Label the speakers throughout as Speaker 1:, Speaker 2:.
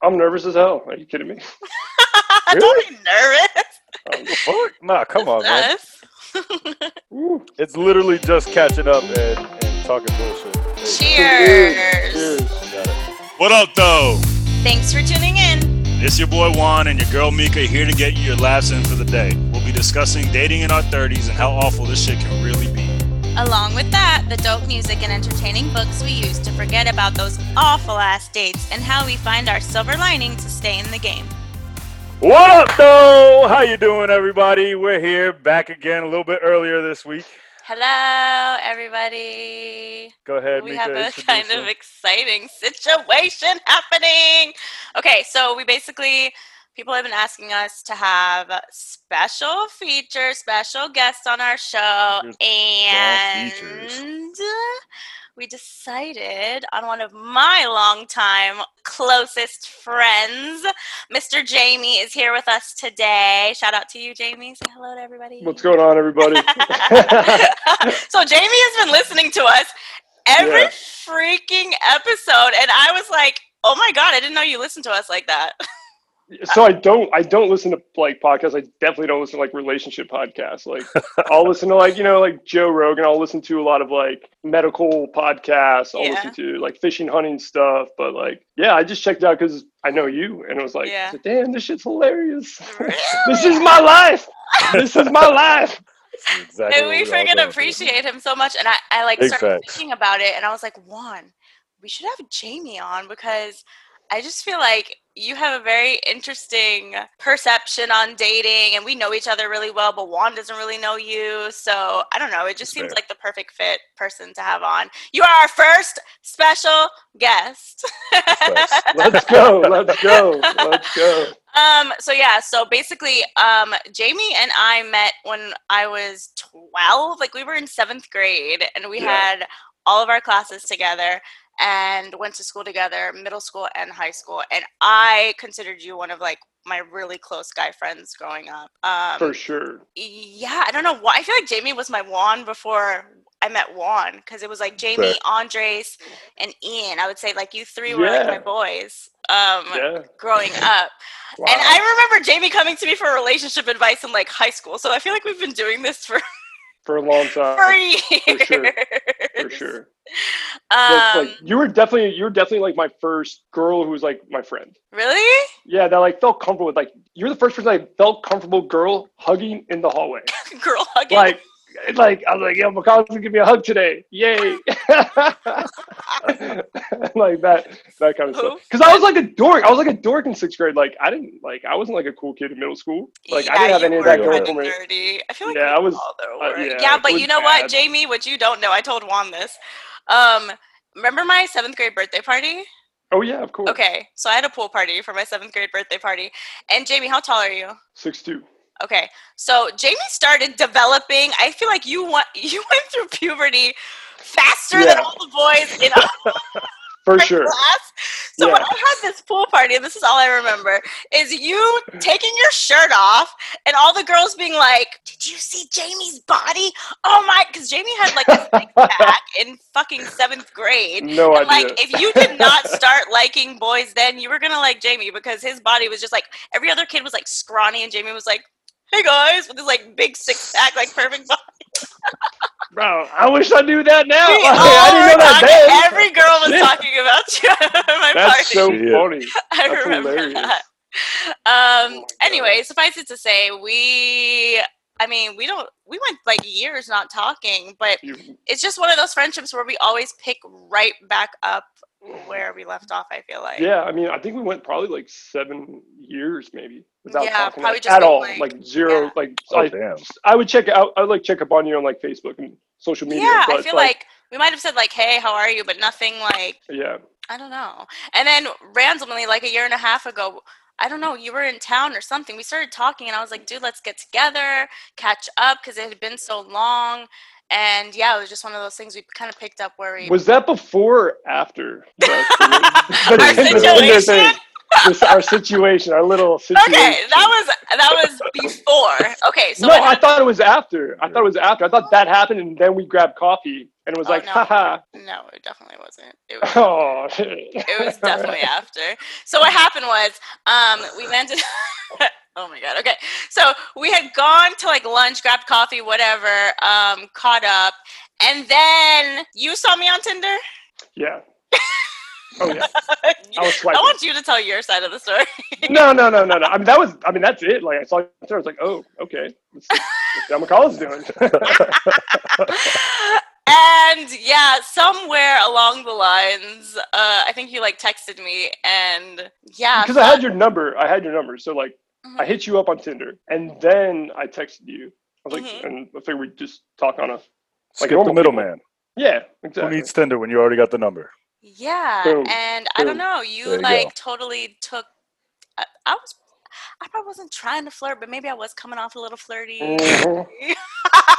Speaker 1: I'm nervous as hell. Are you kidding me?
Speaker 2: Don't be nervous.
Speaker 1: Um,
Speaker 3: Fuck. Nah, come on, Oh, man.
Speaker 2: Us.
Speaker 1: woo.
Speaker 3: It's literally just catching up and, and talking bullshit.
Speaker 2: Cheers.
Speaker 3: Got it.
Speaker 4: What up, though?
Speaker 2: Thanks for tuning in.
Speaker 4: It's your boy Juan and your girl Mika here to get you your laughs in for the day. We'll be discussing dating in our 30s and how awful this shit can really be.
Speaker 2: Along with that, the dope music and entertaining books we use to forget about those awful ass dates and how we find our silver lining to stay in the game.
Speaker 3: What up, though? How you doing, everybody? We're here back again a little bit earlier this week.
Speaker 2: Hello, everybody.
Speaker 3: Go ahead,
Speaker 2: we
Speaker 3: Mika.
Speaker 2: have a
Speaker 3: introduce
Speaker 2: kind
Speaker 3: them.
Speaker 2: of exciting situation happening. Okay, so we basically people have been asking us to have special feature, special guests on our show,
Speaker 3: Good features.
Speaker 2: and we decided on one of my longtime closest friends, Mr. Jamie, is here with us today. Shout out to you, Jamie. Say hello to everybody.
Speaker 1: What's going on, everybody?
Speaker 2: so Jamie has been listening to us every
Speaker 1: Yeah.
Speaker 2: freaking episode, and I was like, "Oh my god, I didn't know you listened to us like that."
Speaker 1: so I don't, I don't listen to like podcasts. I definitely don't listen to like relationship podcasts. Like I'll listen to like you know like Joe Rogan. I'll listen to a lot of like medical podcasts. I'll
Speaker 2: Yeah.
Speaker 1: listen to like fishing, hunting stuff. But like, yeah, I just checked out because I know you, and it was like,
Speaker 2: Yeah.
Speaker 1: damn, this shit's hilarious.
Speaker 2: Really?
Speaker 1: this is my life. This is my life.
Speaker 3: This is exactly
Speaker 2: and
Speaker 3: what
Speaker 2: we
Speaker 3: all going
Speaker 2: freaking
Speaker 3: through.
Speaker 2: appreciate him so much. And I, I like
Speaker 3: Big
Speaker 2: started
Speaker 3: facts.
Speaker 2: thinking about it, and I was like, "One, we should have Jamie on because I just feel like." You have a very interesting perception on dating, and we know each other really well, but Juan doesn't really know you. So I don't know. It just
Speaker 3: That's
Speaker 2: seems
Speaker 3: fair.
Speaker 2: like the perfect fit person to have on. You are our first special guest.
Speaker 3: facts.
Speaker 1: Let's go. Let's go. Let's go.
Speaker 2: Um, so yeah, so basically, um, Jamie and I met when I was 12, like we were in seventh grade and we
Speaker 1: Yeah.
Speaker 2: had all of our classes together and went to school together, middle school and high school. And I considered you one of like my really close guy friends growing up. Um,
Speaker 1: For sure.
Speaker 2: yeah, I don't know why. I feel like Jamie was my Juan before I met Juan because it was like Jamie,
Speaker 3: Fair.
Speaker 2: Andres, and Ian. I would say like you three were like my
Speaker 1: Yeah.
Speaker 2: boys. Um,
Speaker 1: Yeah.
Speaker 2: growing up.
Speaker 1: Wow.
Speaker 2: And I remember Jamie coming to me for relationship advice in like high school. So I feel like we've been doing this for,
Speaker 1: for a long
Speaker 2: for
Speaker 1: time.
Speaker 2: years.
Speaker 1: sure. For sure. That's
Speaker 2: Um,
Speaker 1: like you were definitely you were definitely like my first girl who was like my friend.
Speaker 2: really?
Speaker 1: Yeah, that like felt comfortable with like you're the first person I felt comfortable girl hugging in the hallway.
Speaker 2: Girl hugging.
Speaker 1: Like like I was like, yo, McCall's gonna give me a hug today. Yay. like that that kind of
Speaker 2: Oh.
Speaker 1: stuff. Because I was like a dork. I was like a dork in sixth grade. Like I didn't like I wasn't like a cool kid in middle school. Like I didn't
Speaker 2: Yeah,
Speaker 1: have
Speaker 2: you
Speaker 1: any of
Speaker 2: were
Speaker 1: that
Speaker 3: were
Speaker 1: girl
Speaker 3: kinda
Speaker 2: kinda
Speaker 1: from it.
Speaker 2: nerdy. I feel like
Speaker 1: Yeah,
Speaker 2: we
Speaker 1: I was-
Speaker 2: all though
Speaker 1: uh,
Speaker 2: were.
Speaker 1: yeah,
Speaker 2: yeah,
Speaker 1: it
Speaker 2: but
Speaker 1: was
Speaker 2: you know what,
Speaker 1: bad.
Speaker 2: Jamie, what you don't know, I told Juan this. Um, remember my seventh grade birthday party?
Speaker 1: Oh yeah, of course.
Speaker 2: Okay, so I had a pool party for my seventh grade birthday party. And Jamie, how tall are you?
Speaker 1: Six two.
Speaker 2: Okay, so Jamie started developing. I feel like you went you went through puberty faster than
Speaker 1: Yeah.
Speaker 2: all the boys in our
Speaker 1: For sure.
Speaker 2: class. So when
Speaker 1: Yeah.
Speaker 2: I had this pool party, and this is all I remember, is you taking your shirt off, and all the girls being like, "Did you see Jamie's body? Oh my!" Because Jamie had like a six pack in fucking seventh grade.
Speaker 1: No
Speaker 2: And,
Speaker 1: idea.
Speaker 2: like if you did not start liking boys then you were gonna like jamie because his body was just like every other kid was like scrawny and jamie was like hey guys with his like big six-pack like perfect body
Speaker 1: Bro, I wish I knew that now.
Speaker 2: We
Speaker 1: Like,
Speaker 2: all
Speaker 1: I didn't know
Speaker 2: Oh, were
Speaker 1: that
Speaker 2: talking-
Speaker 1: then.
Speaker 2: every girl was
Speaker 1: Yeah.
Speaker 2: talking about you at my
Speaker 1: That's
Speaker 2: party
Speaker 1: so
Speaker 3: Shit.
Speaker 1: funny.
Speaker 2: i
Speaker 1: That's
Speaker 2: remember
Speaker 1: hilarious.
Speaker 2: that
Speaker 1: Oh my
Speaker 2: um
Speaker 1: God.
Speaker 2: anyway suffice it to say we i mean we don't we went like years not talking but
Speaker 1: You-
Speaker 2: it's just one of those friendships where we always pick right back up where we left off i feel like
Speaker 1: yeah, I mean, I think we went probably like seven years maybe without
Speaker 2: Yeah,
Speaker 1: talking
Speaker 2: probably
Speaker 1: like,
Speaker 2: just
Speaker 1: at
Speaker 2: been,
Speaker 1: all.
Speaker 2: like-
Speaker 1: Like, zero.
Speaker 2: yeah.
Speaker 1: Like
Speaker 3: Oh,
Speaker 1: I,
Speaker 3: damn.
Speaker 1: I would check out. I would like check up on you on like Facebook and social media.
Speaker 2: yeah,
Speaker 1: but,
Speaker 2: I feel like, we might have said like, "Hey, how are you?" but nothing like
Speaker 1: yeah,
Speaker 2: I don't know. And then randomly, like a year and a half ago, I don't know, you were in town or something. We started talking, and I was like, "Dude, let's get together, catch up," because it had been so long. And yeah, it was just one of those things we kind of picked up where we
Speaker 1: was that before or after? the-
Speaker 2: our
Speaker 1: the Tinder- the Tinder
Speaker 2: situation.
Speaker 1: thing? this, our situation, our little situation.
Speaker 2: Okay, that was that was before. Okay, so
Speaker 1: no,
Speaker 2: what
Speaker 1: I thought it was after. I thought it was after. I thought that happened, and then we grabbed coffee, and it was
Speaker 2: Oh,
Speaker 1: like,
Speaker 2: no.
Speaker 1: haha.
Speaker 2: hap- no, it definitely wasn't. It was,
Speaker 1: Oh,
Speaker 2: it was definitely after. So what happened was, um, we landed. oh my god. Okay, so we had gone to like lunch, grabbed coffee, whatever, um, caught up, and then you saw me on Tinder.
Speaker 1: yeah. Oh yeah.
Speaker 2: I,
Speaker 1: I was swiping.
Speaker 2: want you to tell your side of the story.
Speaker 1: No, no, no, no, no. I mean, that was. I mean, that's it. Like I saw. it there, I was like, oh, okay. Let's see how McCall's doing.
Speaker 2: and yeah, somewhere along the lines, uh, I think you like texted me, and yeah,
Speaker 1: because I had your number. I had your number. So like,
Speaker 2: Mhm.
Speaker 1: I hit you up on Tinder, and then I texted you. I was like,
Speaker 2: Mhm.
Speaker 1: and I figured we'd just talk on a.
Speaker 3: Skip the
Speaker 1: normal
Speaker 3: middleman.
Speaker 1: Yeah,
Speaker 3: Who
Speaker 1: exactly.
Speaker 3: needs Tinder when you already got the number?
Speaker 2: Yeah,
Speaker 1: Boom,
Speaker 2: and I don't
Speaker 1: boom.
Speaker 2: know. You
Speaker 3: There you
Speaker 2: like
Speaker 3: go.
Speaker 2: totally took. I, I was, I probably wasn't trying to flirt, but maybe I was coming off a little flirty.
Speaker 3: Mm.
Speaker 1: Mhm.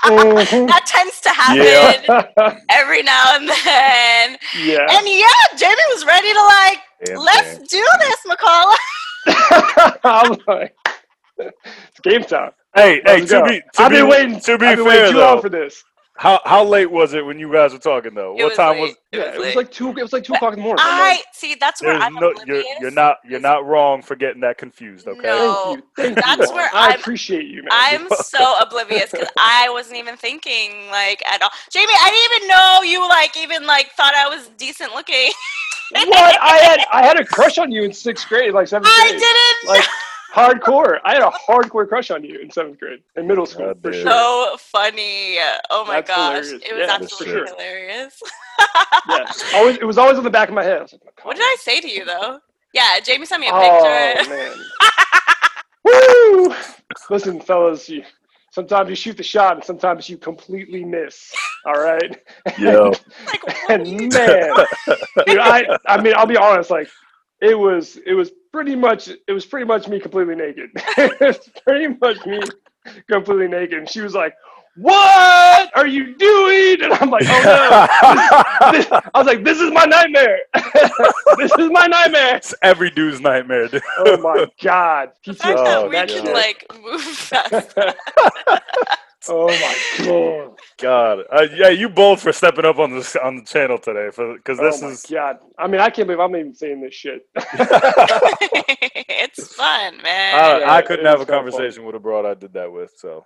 Speaker 1: Mhm.
Speaker 2: that tends to happen
Speaker 1: yeah.
Speaker 2: every now and then.
Speaker 1: yeah.
Speaker 2: And yeah, Jamie was ready to like,
Speaker 3: Damn
Speaker 2: let's
Speaker 3: thing.
Speaker 2: do this, McCall.
Speaker 1: I'm like, it's game time.
Speaker 3: Hey, hey,
Speaker 1: Let's
Speaker 3: to
Speaker 1: go.
Speaker 3: be, to
Speaker 1: I've
Speaker 3: be,
Speaker 1: been waiting.
Speaker 3: To be
Speaker 1: I've been
Speaker 3: fair
Speaker 1: waiting too long
Speaker 3: though,
Speaker 1: for this.
Speaker 3: how how late was it when you guys were talking though?
Speaker 2: It
Speaker 3: what time was?
Speaker 2: late.
Speaker 1: Yeah, it was
Speaker 2: late.
Speaker 1: like two. It was like two o'clock in the morning. I'm
Speaker 2: I
Speaker 1: like,
Speaker 2: see. That's where
Speaker 3: there's
Speaker 2: I'm
Speaker 3: no,
Speaker 2: oblivious.
Speaker 3: you're you're not you're
Speaker 2: Is-
Speaker 3: not wrong for getting that confused. Okay.
Speaker 2: No.
Speaker 1: Thank you. Thank you,
Speaker 2: That's
Speaker 1: Mom.
Speaker 2: where
Speaker 1: I
Speaker 2: I'm-
Speaker 1: appreciate you, man.
Speaker 2: I'm so oblivious because I wasn't even thinking like at all. Jamie, I didn't even know you like even like thought I was decent looking.
Speaker 1: what? I had I had a crush on you in sixth grade, like seventh
Speaker 2: I
Speaker 1: grade.
Speaker 2: didn't
Speaker 1: Like hardcore. I had a hardcore crush on you in seventh grade, in middle school
Speaker 3: Yeah,
Speaker 1: for
Speaker 3: dude.
Speaker 1: sure.
Speaker 2: so funny. Oh my
Speaker 1: That's
Speaker 2: gosh.
Speaker 1: hilarious.
Speaker 2: It was
Speaker 1: Yeah,
Speaker 3: that's
Speaker 2: absolutely
Speaker 3: true.
Speaker 2: hilarious.
Speaker 1: Yeah. Always, it was always on the back of my head. I was like,
Speaker 2: What did I say to you though? Yeah, Jamie sent me a
Speaker 1: Oh
Speaker 2: picture.
Speaker 1: man. Woo! Listen, fellas, you, sometimes you shoot the shot, and sometimes you completely miss. All right.
Speaker 3: Yo.
Speaker 1: Oh,
Speaker 2: like what are
Speaker 1: and
Speaker 2: you
Speaker 1: man, dude, I, I mean, I'll be honest, like it was, it was pretty much, it was pretty much me completely naked. it was pretty much me completely naked. And she was like, "What are you doing?" And I'm like, "Oh no!" This- I was like, "This is my nightmare. this is my nightmare."
Speaker 3: it's every dude's nightmare, dude.
Speaker 1: Oh my god!
Speaker 2: the fact that
Speaker 3: Oh,
Speaker 2: we
Speaker 3: that's
Speaker 2: could
Speaker 3: it.
Speaker 2: like move fast.
Speaker 1: oh my god!
Speaker 3: God, uh, yeah, you bold for stepping up on this on the channel today, for because this
Speaker 1: oh my
Speaker 3: is
Speaker 1: god! I mean, I can't believe I'm even saying this shit.
Speaker 2: it's
Speaker 1: Uh,
Speaker 2: fun, man.
Speaker 3: I, I
Speaker 1: Yeah,
Speaker 3: couldn't
Speaker 1: it
Speaker 3: have a
Speaker 1: was so funny.
Speaker 3: conversation with a broad I did that with, so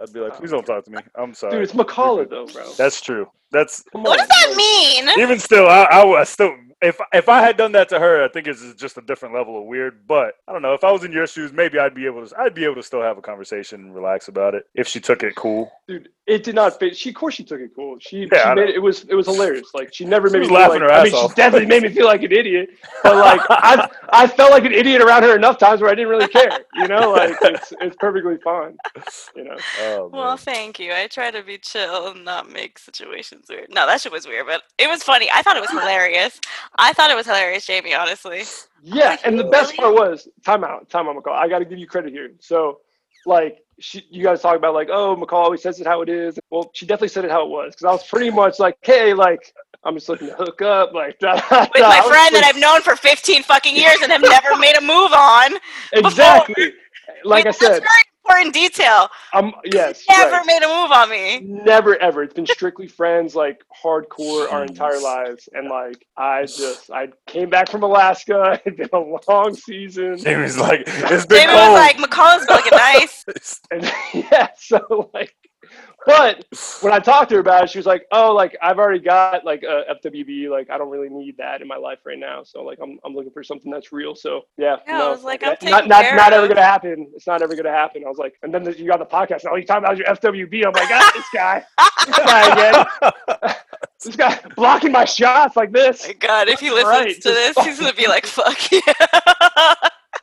Speaker 3: I'd be like, please don't talk to me. I'm sorry.
Speaker 1: Oh. Dude, it's McCullough though, bro.
Speaker 3: That's true. That's
Speaker 1: Come
Speaker 2: what
Speaker 1: on,
Speaker 2: does that
Speaker 1: bro.
Speaker 2: mean?
Speaker 3: even still, I, I would still. If if I had done that to her, I think it's just a different level of weird. But I don't know. If I was in your shoes, maybe I'd be able to. I'd be able to still have a conversation and relax about it if she took it cool.
Speaker 1: Dude, it did not fit. She, of course, she took it cool. She,
Speaker 3: Yeah, I
Speaker 1: she made
Speaker 3: know.
Speaker 1: it, it was it was hilarious. Like she never
Speaker 3: She
Speaker 1: made
Speaker 3: was
Speaker 1: me feel
Speaker 3: laughing
Speaker 1: like,
Speaker 3: her
Speaker 1: I
Speaker 3: ass
Speaker 1: mean,
Speaker 3: off.
Speaker 1: she definitely made me feel like an idiot. But like I, I felt like an idiot around her enough times where I didn't really care. You know, like it's it's perfectly fine. You know,
Speaker 3: Oh,
Speaker 2: Well,
Speaker 3: man.
Speaker 2: thank you. I try to be chill and not make situations weird. No, that shit was weird, but it was funny. I thought it was hilarious. I thought it was hilarious, Jamie, honestly.
Speaker 1: yeah.
Speaker 2: Like,
Speaker 1: And the
Speaker 2: really?
Speaker 1: best part was time out, time out, McCall. I got to give you credit here. So. Like she, you guys talk about like, oh, McCall always says it how it is. Well, she definitely said it how it was because I was pretty much like, hey, like I'm just looking to hook up, like da, da,
Speaker 2: With
Speaker 1: da. I
Speaker 2: my
Speaker 1: was
Speaker 2: friend that
Speaker 1: pretty-
Speaker 2: I've known for 15 fucking years and have never made a move on.
Speaker 1: exactly. Like I
Speaker 2: That's
Speaker 1: said,
Speaker 2: very important detail.
Speaker 1: Um. Yes.
Speaker 2: Never
Speaker 1: right.
Speaker 2: made a move on me.
Speaker 1: Never ever. It's been strictly friends, like hardcore, our entire
Speaker 3: Jeez.
Speaker 1: lives. And like, I just, I came back from Alaska. It's been a long season.
Speaker 3: Jamie's like, it's been
Speaker 2: Jamie
Speaker 3: cold.
Speaker 2: was like, McCullough's looking nice.
Speaker 1: And yeah, so like, but when I talked to her about it, she was like, "Oh, like I've already got like a FWB. Like I don't really need that in my life right now. So like I'm I'm looking for something that's real. So yeah,
Speaker 2: Yeah, I
Speaker 1: no,
Speaker 2: was like,
Speaker 1: that-
Speaker 2: I'm
Speaker 1: not
Speaker 2: taken
Speaker 1: not
Speaker 2: care
Speaker 1: not ever
Speaker 2: of.
Speaker 1: gonna happen. It's not ever gonna happen. I was like, and then you got the podcast. Now you talking about your FWB. I'm like, ah, this guy, this guy again. this guy blocking my shots like this.
Speaker 2: Oh My God, if he listens
Speaker 1: Right,
Speaker 2: to this,
Speaker 1: just
Speaker 2: he's going to be like, fuck you.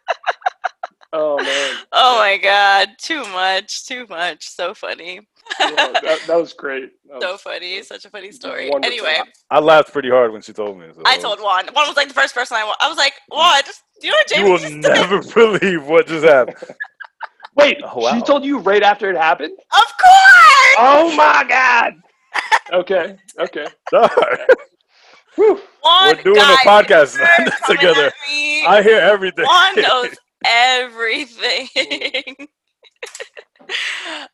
Speaker 1: Oh man,
Speaker 2: oh my God. Too much. Too much. So funny.
Speaker 1: Well, that, that was great. That
Speaker 2: So
Speaker 1: was-
Speaker 2: funny. Such a funny story.
Speaker 1: wonderful.
Speaker 2: Anyway.
Speaker 3: I laughed pretty hard when she told me. so-
Speaker 2: I told Juan. Juan was like the first person I wa- I was like, Juan, just you know what
Speaker 3: You
Speaker 2: Jamie
Speaker 3: will
Speaker 2: just did?
Speaker 3: never believe what just happened.
Speaker 1: Wait,
Speaker 3: Oh, wow.
Speaker 1: she told you right after it happened?
Speaker 2: Of
Speaker 1: Ah,
Speaker 2: course.
Speaker 1: Oh my god. Okay, okay.
Speaker 3: Sorry.
Speaker 1: Whew.
Speaker 2: One
Speaker 3: We're doing a
Speaker 2: guy
Speaker 3: podcast
Speaker 2: never coming
Speaker 3: together.
Speaker 2: at me.
Speaker 3: I hear everything.
Speaker 2: Juan knows everything.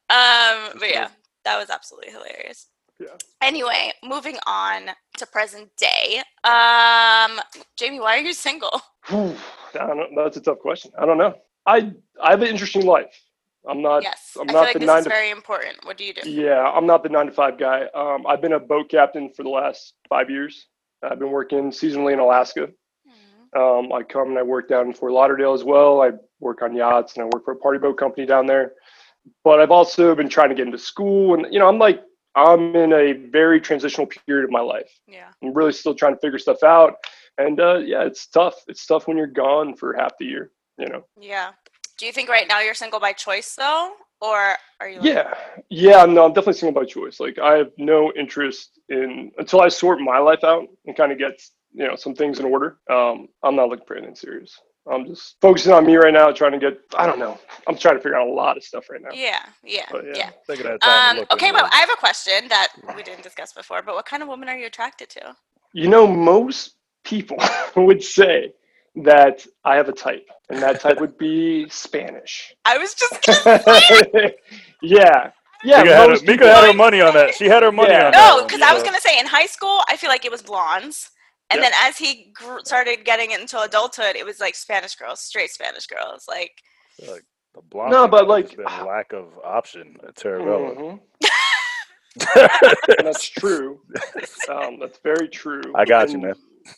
Speaker 2: um, but yeah, that was absolutely hilarious.
Speaker 1: Yeah.
Speaker 2: Anyway, moving on to present day. Um, Jamie, why are you single?
Speaker 1: Whew. I don't know. That's a tough question. I don't know. I I have an interesting life. I'm not.
Speaker 2: yes,
Speaker 1: Uh, I'm not
Speaker 2: I feel like
Speaker 1: the
Speaker 2: this
Speaker 1: nine
Speaker 2: is
Speaker 1: to-
Speaker 2: very important. What do you do?
Speaker 1: Yeah, I'm not the nine to five guy. Um, I've been a boat captain for the last five years. I've been working seasonally in Alaska.
Speaker 2: Mhm.
Speaker 1: Um, I come and I work down in Fort Lauderdale as well. I work on yachts and I work for a party boat company down there. But I've also been trying to get into school, and you know, I'm like, I'm in a very transitional period of my life.
Speaker 2: Yeah.
Speaker 1: I'm really still trying to figure stuff out, and uh, yeah, it's tough. It's tough when you're gone for half the year. You know.
Speaker 2: Yeah. Do you think right now you're single by choice though, or are you? like-
Speaker 1: Yeah, yeah, no, I'm definitely single by choice. Like, I have no interest in until I sort my life out and kind of get you know some things in order. Um, I'm not looking for anything serious. I'm just focusing on me right now, trying to get. I don't know. I'm trying to figure out a lot of stuff right now.
Speaker 2: Yeah. Yeah.
Speaker 1: But,
Speaker 2: yeah.
Speaker 1: yeah.
Speaker 3: Taking that time to
Speaker 2: Um,
Speaker 3: look
Speaker 2: okay,
Speaker 3: into it.
Speaker 2: well, I have a question that we didn't discuss before, but what kind of woman are you attracted to?
Speaker 1: You know, most people would say that I have a type, and that type would be Spanish.
Speaker 2: I was just
Speaker 1: yeah, yeah.
Speaker 3: Mika, had her,
Speaker 1: most
Speaker 3: Mika
Speaker 1: people-
Speaker 3: had her money on that. She had her money
Speaker 1: Yeah.
Speaker 3: on that.
Speaker 2: No,
Speaker 3: one,
Speaker 2: because I was
Speaker 3: so-
Speaker 2: gonna say in high school, I feel like it was blondes, and
Speaker 1: Yeah.
Speaker 2: then as he gr- started getting into adulthood, it was like Spanish girls, straight Spanish girls. Like,
Speaker 3: The blonde
Speaker 1: No,
Speaker 3: thing
Speaker 1: but,
Speaker 3: has
Speaker 1: like,
Speaker 3: been a lack of option at Terravella.
Speaker 1: Mhm. Mm-hmm. That's true. Um, that's very true.
Speaker 3: I got you,
Speaker 1: And
Speaker 3: man.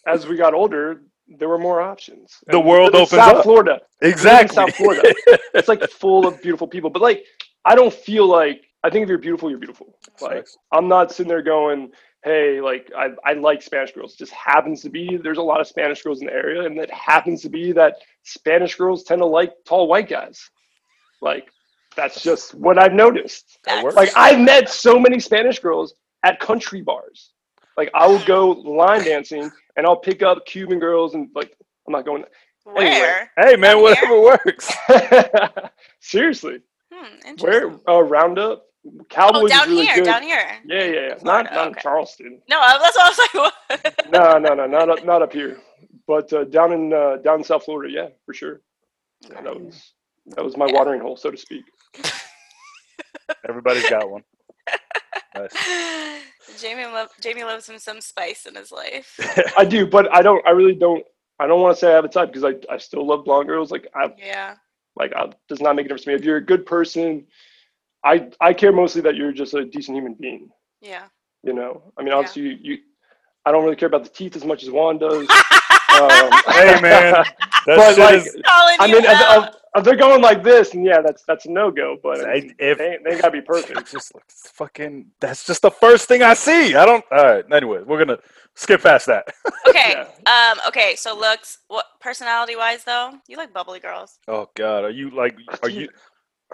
Speaker 1: As we got older, there were more options.
Speaker 3: The
Speaker 1: And live
Speaker 3: world
Speaker 1: in
Speaker 3: opens
Speaker 1: South
Speaker 3: up.
Speaker 1: Florida,
Speaker 3: Exactly.
Speaker 1: South Florida. it's like full of beautiful people. But like, I don't feel like I think if you're beautiful, you're beautiful. Like,
Speaker 3: Facts.
Speaker 1: I'm not sitting there going, "Hey, like I, I like Spanish girls." It just happens to be there's a lot of Spanish girls in the area, and it happens to be that Spanish girls tend to like tall white guys. Like, that's just what I've noticed
Speaker 3: That
Speaker 2: facts.
Speaker 3: works.
Speaker 1: like I've met so many Spanish girls at country bars. Like I will go line dancing and I'll pick up Cuban girls and like I'm not going.
Speaker 2: where?
Speaker 3: hey, man, whatever works.
Speaker 1: Seriously,
Speaker 2: Hmm,
Speaker 1: where
Speaker 2: interesting.
Speaker 1: uh, Roundup? Cowboys
Speaker 2: Oh,
Speaker 1: is
Speaker 2: down
Speaker 1: really
Speaker 2: here,
Speaker 1: good.
Speaker 2: down here.
Speaker 1: Yeah, yeah, yeah. Not
Speaker 2: Florida,
Speaker 1: not in
Speaker 2: okay.
Speaker 1: Charleston.
Speaker 2: No, I- that's what I was like. What?
Speaker 1: No, no, no, not up, not up here. But uh, down in uh, down in South Florida, yeah, for sure. Yeah, that was that was my
Speaker 2: Yeah.
Speaker 1: watering hole, so to speak.
Speaker 3: Everybody's got one. Nice.
Speaker 2: Jamie, lo- Jamie loves him some spice in his life.
Speaker 1: I do, but I don't. I really don't. I don't want to say I have a type because I, I still love blonde girls. Like I
Speaker 2: Yeah.
Speaker 1: like I, does not make a difference to me. If you're a good person, I I care mostly that you're just a decent human being.
Speaker 2: Yeah.
Speaker 1: You know, I mean,
Speaker 2: Yeah.
Speaker 1: obviously you, you I don't really care about the teeth as much as Juan does. Um,
Speaker 2: Calling
Speaker 3: Hey, man. That
Speaker 1: but
Speaker 3: shit
Speaker 1: like,
Speaker 3: is.
Speaker 1: I
Speaker 2: you
Speaker 1: mean, if,
Speaker 2: out.
Speaker 1: if- if they're going like this, and yeah, that's that's a no go. But I mean,
Speaker 3: I- if-
Speaker 1: they, ain't- they ain't gotta be
Speaker 3: It
Speaker 1: perfect.
Speaker 3: just looks fucking. That's just the first thing I see. I don't. All right. Anyway, we're gonna skip past that.
Speaker 2: okay. Um. Okay. So looks. What personality wise though? You like bubbly girls.
Speaker 3: Oh God, are you like? Are you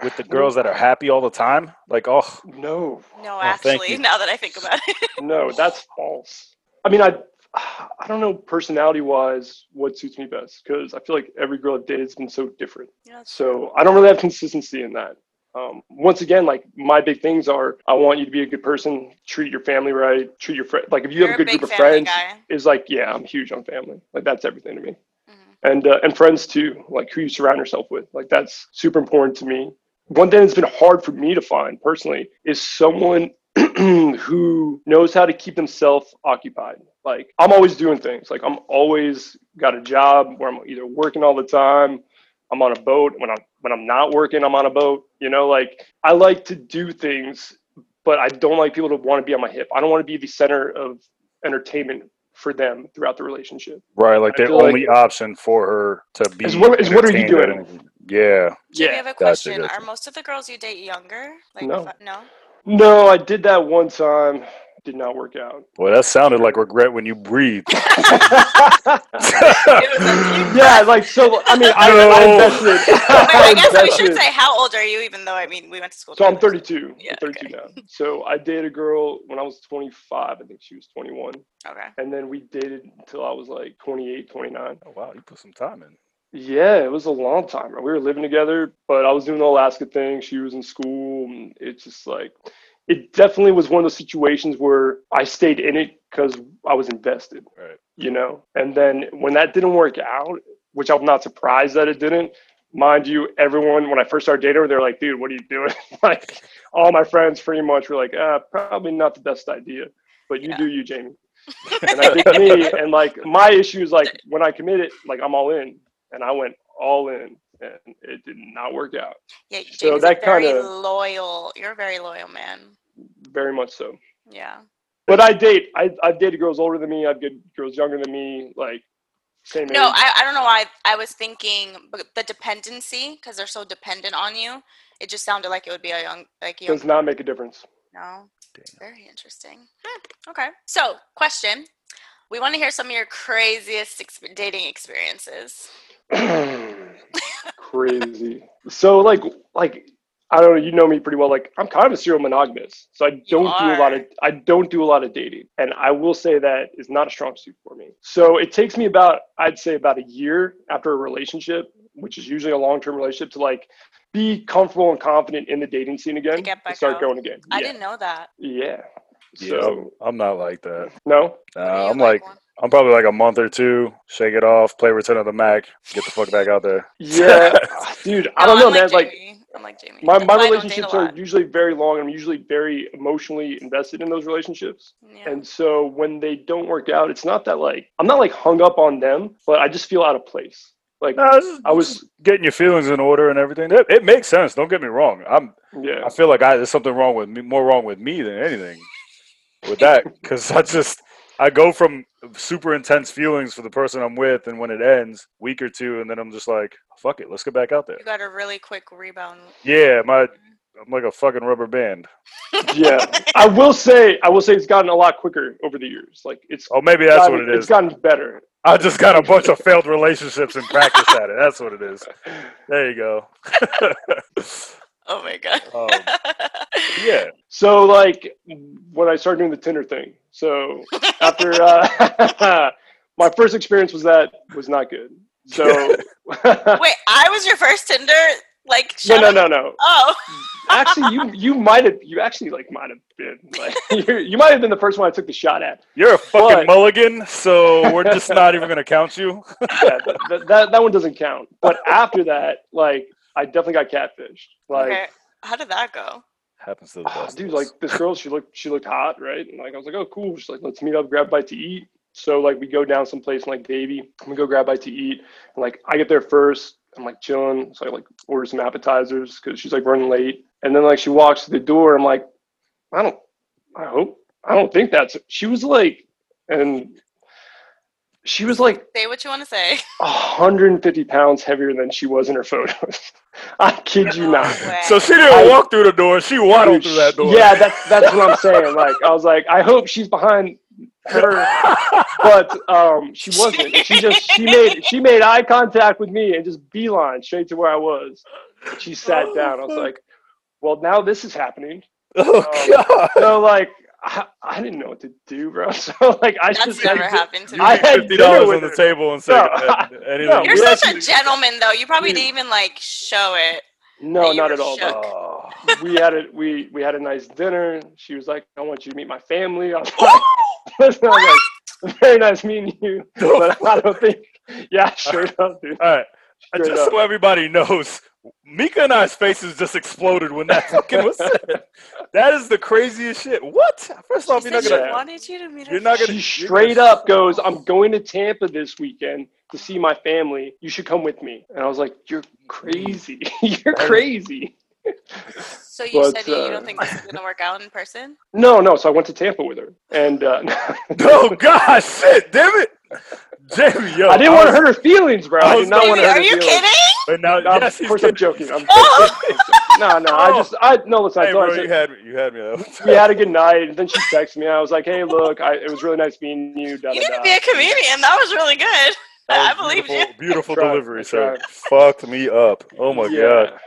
Speaker 3: with the
Speaker 1: Mm.
Speaker 3: girls that are happy all the time? Like, oh,
Speaker 1: No,
Speaker 2: No,
Speaker 3: thank
Speaker 2: actually.
Speaker 3: you.
Speaker 2: Now that I think about it.
Speaker 1: no, that's false. I mean, I I don't know personality wise what suits me best because I feel like every girl I've dated has been so different.
Speaker 2: yes.
Speaker 1: So I don't really have consistency in that. Um, once again, like my big things are, I want you to be a good person, treat your family right, treat your friend. Like if you
Speaker 2: You're
Speaker 1: have a good
Speaker 2: big
Speaker 1: group of
Speaker 2: family
Speaker 1: friends,
Speaker 2: guy.
Speaker 1: is like, yeah, I'm huge on family. Like that's everything to me,
Speaker 2: Mhm.
Speaker 1: and uh, and friends too. Like who you surround yourself with, like that's super important to me. One thing that's been hard for me to find personally is someone who knows how to keep themselves occupied. Like I'm always doing things. Like I'm always got a job where I'm either working all the time I'm on a boat. When I'm when I'm not working, I'm on a boat. You know, like I like to do things, but I don't like people to want to be on my hip. I don't want to be the center of entertainment for them throughout the relationship.
Speaker 3: right. Like
Speaker 1: I
Speaker 3: the
Speaker 1: feel like-
Speaker 3: only option for her to be.
Speaker 1: Is what- is what are you
Speaker 3: entertained at
Speaker 1: doing?
Speaker 3: anything. Yeah.
Speaker 2: Jamie, I have a
Speaker 3: Gotcha,
Speaker 2: question.
Speaker 3: gotcha.
Speaker 2: Are most of the girls you date younger? Like
Speaker 1: No.
Speaker 2: fi- no?
Speaker 1: No, I did that one time. Did not work out.
Speaker 3: Well, that sounded like regret when you breathed. Oh,
Speaker 1: yeah, like so. I mean, I, I
Speaker 3: No.
Speaker 1: invested.
Speaker 2: Wait, I guess we should
Speaker 1: invested.
Speaker 2: say how old are you, even though I mean we went to school.
Speaker 1: So I'm
Speaker 2: together,
Speaker 1: 32.
Speaker 2: Yeah,
Speaker 1: I'm 32 now. So I dated a girl when I was 25. I think she was 21,
Speaker 2: so- Okay.
Speaker 1: and then we dated until I was like 28, 29.
Speaker 3: Oh, wow, you put some time in.
Speaker 1: Yeah, it was a long time. We were living together, but I was doing the Alaska thing. She was in school. And it's just like, it definitely was one of those situations where I stayed in it because I was invested,
Speaker 3: Right.
Speaker 1: you know? And then when that didn't work out, which I'm not surprised that it didn't, mind you, everyone, when I first started dating her, they're like, dude, what are you doing? like, all my friends pretty much were like, uh, probably not the best idea, but you
Speaker 2: Yeah.
Speaker 1: do you, Jamie. and I did me. And like, my issue is like, when I committed, like, I'm all in. And I went all in, and it did not work out.
Speaker 2: Yeah, James
Speaker 1: So
Speaker 2: is
Speaker 1: that
Speaker 2: very
Speaker 1: kinda-
Speaker 2: loyal. You're a very loyal man.
Speaker 1: Very much so.
Speaker 2: Yeah.
Speaker 1: But I date. I I dated girls older than me. I've dated girls younger than me. Like same
Speaker 2: No,
Speaker 1: age.
Speaker 2: I, I don't know why I was thinking b- the dependency because they're so dependent on you. It just sounded like it would be a young, like you
Speaker 1: does not make a difference.
Speaker 2: know.
Speaker 3: Damn.
Speaker 2: Very interesting. Hmm, okay. So, question. We want to hear some of your craziest exp- dating experiences.
Speaker 1: Crazy. So like like I don't know. You know me pretty well. Like I'm kind of a serial monogamous, so I don't do a lot of I don't do a lot of dating, and I will say that is not a strong suit for me. So it takes me about I'd say about a year after a relationship, which is usually a long term relationship, to like be comfortable and confident in the dating scene again
Speaker 2: get
Speaker 1: and
Speaker 2: back
Speaker 1: start
Speaker 2: out.
Speaker 1: going again.
Speaker 2: I
Speaker 1: yeah.
Speaker 2: didn't know that.
Speaker 1: Yeah.
Speaker 3: Yeah,
Speaker 1: So
Speaker 3: I'm- I'm not like that.
Speaker 1: no.
Speaker 2: What do
Speaker 3: Nah,
Speaker 2: you
Speaker 3: I'm like,
Speaker 2: one?
Speaker 3: I'm probably like a month or two. Shake it off. Play Return of the Mac. Get the fuck back out there.
Speaker 1: Yeah, dude, I
Speaker 2: No,
Speaker 1: don't know,
Speaker 2: I'm
Speaker 1: man.
Speaker 2: Like,
Speaker 1: Like
Speaker 2: Jamie. I'm like Jamie.
Speaker 1: my,
Speaker 2: That's
Speaker 1: my
Speaker 2: why I don't date a
Speaker 1: relationships are
Speaker 2: lot.
Speaker 1: usually very long. I'm usually very emotionally invested in those relationships.
Speaker 2: Yeah.
Speaker 1: And so when they don't work out, it's not that like I'm not like hung up on them, but I just feel out of place. Like
Speaker 3: Nah, this is-
Speaker 1: I was
Speaker 3: getting your feelings in order and everything. It, it makes sense. Don't get me wrong. I'm.
Speaker 1: yeah.
Speaker 3: I feel like I, there's something wrong with me. More wrong with me than anything with that because I just I go from super intense feelings for the person I'm with, and when it ends, week or two, and then I'm just like, fuck it, let's get back out there.
Speaker 2: You got a really quick rebound.
Speaker 3: Yeah, my I'm like a fucking rubber band.
Speaker 1: Yeah. I will say I will say it's gotten a lot quicker over the years. Like it's
Speaker 3: Oh, maybe that's
Speaker 1: gotten,
Speaker 3: what it
Speaker 1: It's
Speaker 3: is.
Speaker 1: gotten better.
Speaker 3: I just got a bunch of failed relationships and practice at it. That's what it is. There you go.
Speaker 2: Oh my god.
Speaker 3: um, yeah,
Speaker 1: So like when I started doing the Tinder thing. So after uh, my first experience was that was not good. So
Speaker 2: Wait, I was your first Tinder. Like,
Speaker 1: no
Speaker 2: shut
Speaker 1: no
Speaker 2: up.
Speaker 1: no no.
Speaker 2: Oh,
Speaker 1: Actually, you you might have you actually like might have been like you you might have been the first one I took the shot at.
Speaker 3: you're a fucking
Speaker 1: But-
Speaker 3: mulligan, so we're just not even gonna count you.
Speaker 1: Yeah, th- th- that that one doesn't count. But after that, like I definitely got catfished. Like.
Speaker 2: okay. How did that go?
Speaker 3: Happens to the
Speaker 1: "Ah,
Speaker 3: best. of
Speaker 1: dude,
Speaker 3: us.
Speaker 1: like this girl, she looked she looked hot, right? And like I was like, oh cool. She's like, let's meet up, grab a bite to eat. So like we go down someplace and like baby, we go grab a bite to eat. And like I get there first. I'm like chilling. So I like order some appetizers because she's like running late. And then like she walks to the door. I'm like, I don't I hope I don't think that's she was like and she was like
Speaker 2: Say what you want to say.
Speaker 1: 150 pounds heavier than she was in her photos. I kid you not.
Speaker 2: No way.
Speaker 3: so she didn't
Speaker 1: I-
Speaker 3: walk through the door. She waddled
Speaker 1: Dude,
Speaker 3: through that
Speaker 1: sh-
Speaker 3: door.
Speaker 1: Yeah, that's that's what I'm saying. Like I was like, I hope she's behind her, but um, she wasn't. She just she made she made eye contact with me and just beeline straight to where I was. She sat
Speaker 3: Oh,
Speaker 1: down. I was
Speaker 3: fuck.
Speaker 1: like, well, now this is happening. Um,
Speaker 3: Oh god.
Speaker 1: So like I, I didn't know what to do, bro. So like I
Speaker 2: That's
Speaker 1: just
Speaker 2: never
Speaker 1: had-
Speaker 2: happened to me.
Speaker 1: I had
Speaker 3: Fifty
Speaker 1: dinner
Speaker 3: dollars on the
Speaker 1: with her.
Speaker 3: table and say
Speaker 1: No,
Speaker 3: anything.
Speaker 1: no,
Speaker 2: You're
Speaker 1: we
Speaker 2: such
Speaker 1: actually-
Speaker 2: a gentleman, though. You probably
Speaker 1: Dude.
Speaker 2: didn't even like show it.
Speaker 1: No,
Speaker 2: you
Speaker 1: not
Speaker 2: were
Speaker 1: at all.
Speaker 2: shook.
Speaker 1: bro.
Speaker 3: Oh.
Speaker 1: We had it. We we had a nice dinner. She was like, I want you to meet my family. I was like, Listen, I was like, very nice meeting you, but I don't think. Yeah, sure up, dude.
Speaker 3: All right. Uh,
Speaker 1: Straight
Speaker 3: just
Speaker 1: up.
Speaker 3: so everybody knows, Mika and I's faces just exploded when that fucking was said. That is the craziest shit. What? First off,
Speaker 2: she
Speaker 3: you're not
Speaker 2: said
Speaker 3: gonna.
Speaker 2: she wanted you to meet her.
Speaker 3: You're not gonna-
Speaker 1: She straight up goes, "I'm going to Tampa this weekend to see my family. You should come with me." And I was like, "You're crazy. You're crazy."
Speaker 2: So you
Speaker 1: But,
Speaker 2: said you
Speaker 1: uh,
Speaker 2: don't think this is gonna work out in person?
Speaker 1: No, no. So I went to Tampa with her, and uh,
Speaker 3: Oh god, shit, damn it, Jamie, yo.
Speaker 1: I didn't want to
Speaker 3: was-
Speaker 1: hurt her feelings, bro.
Speaker 3: I
Speaker 1: I
Speaker 3: was
Speaker 1: did not
Speaker 3: gonna-
Speaker 1: want
Speaker 2: Baby,
Speaker 1: to hurt
Speaker 2: are
Speaker 1: her
Speaker 2: you
Speaker 1: feelings.
Speaker 2: kidding?
Speaker 3: But now,
Speaker 1: No, I'm-
Speaker 3: yes,
Speaker 1: of
Speaker 3: he's
Speaker 1: course, I'm joking. I'm
Speaker 2: Oh!
Speaker 1: joking. No, no. I just, I no. Listen, I
Speaker 3: Hey,
Speaker 1: told
Speaker 3: bro,
Speaker 1: her. I
Speaker 3: you
Speaker 1: said-
Speaker 3: had me. You had me. though.
Speaker 1: we had a good night, and then she texted me. I was like, "Hey, look, I, it was really nice meeting you." Da,
Speaker 2: You
Speaker 1: da,
Speaker 2: need to
Speaker 1: da.
Speaker 2: be a comedian. That was really good. I
Speaker 3: That was
Speaker 2: believed you.
Speaker 1: I
Speaker 3: beautiful- Beautiful
Speaker 1: tried, I
Speaker 3: delivery, sir. Fucked me up. Oh my god.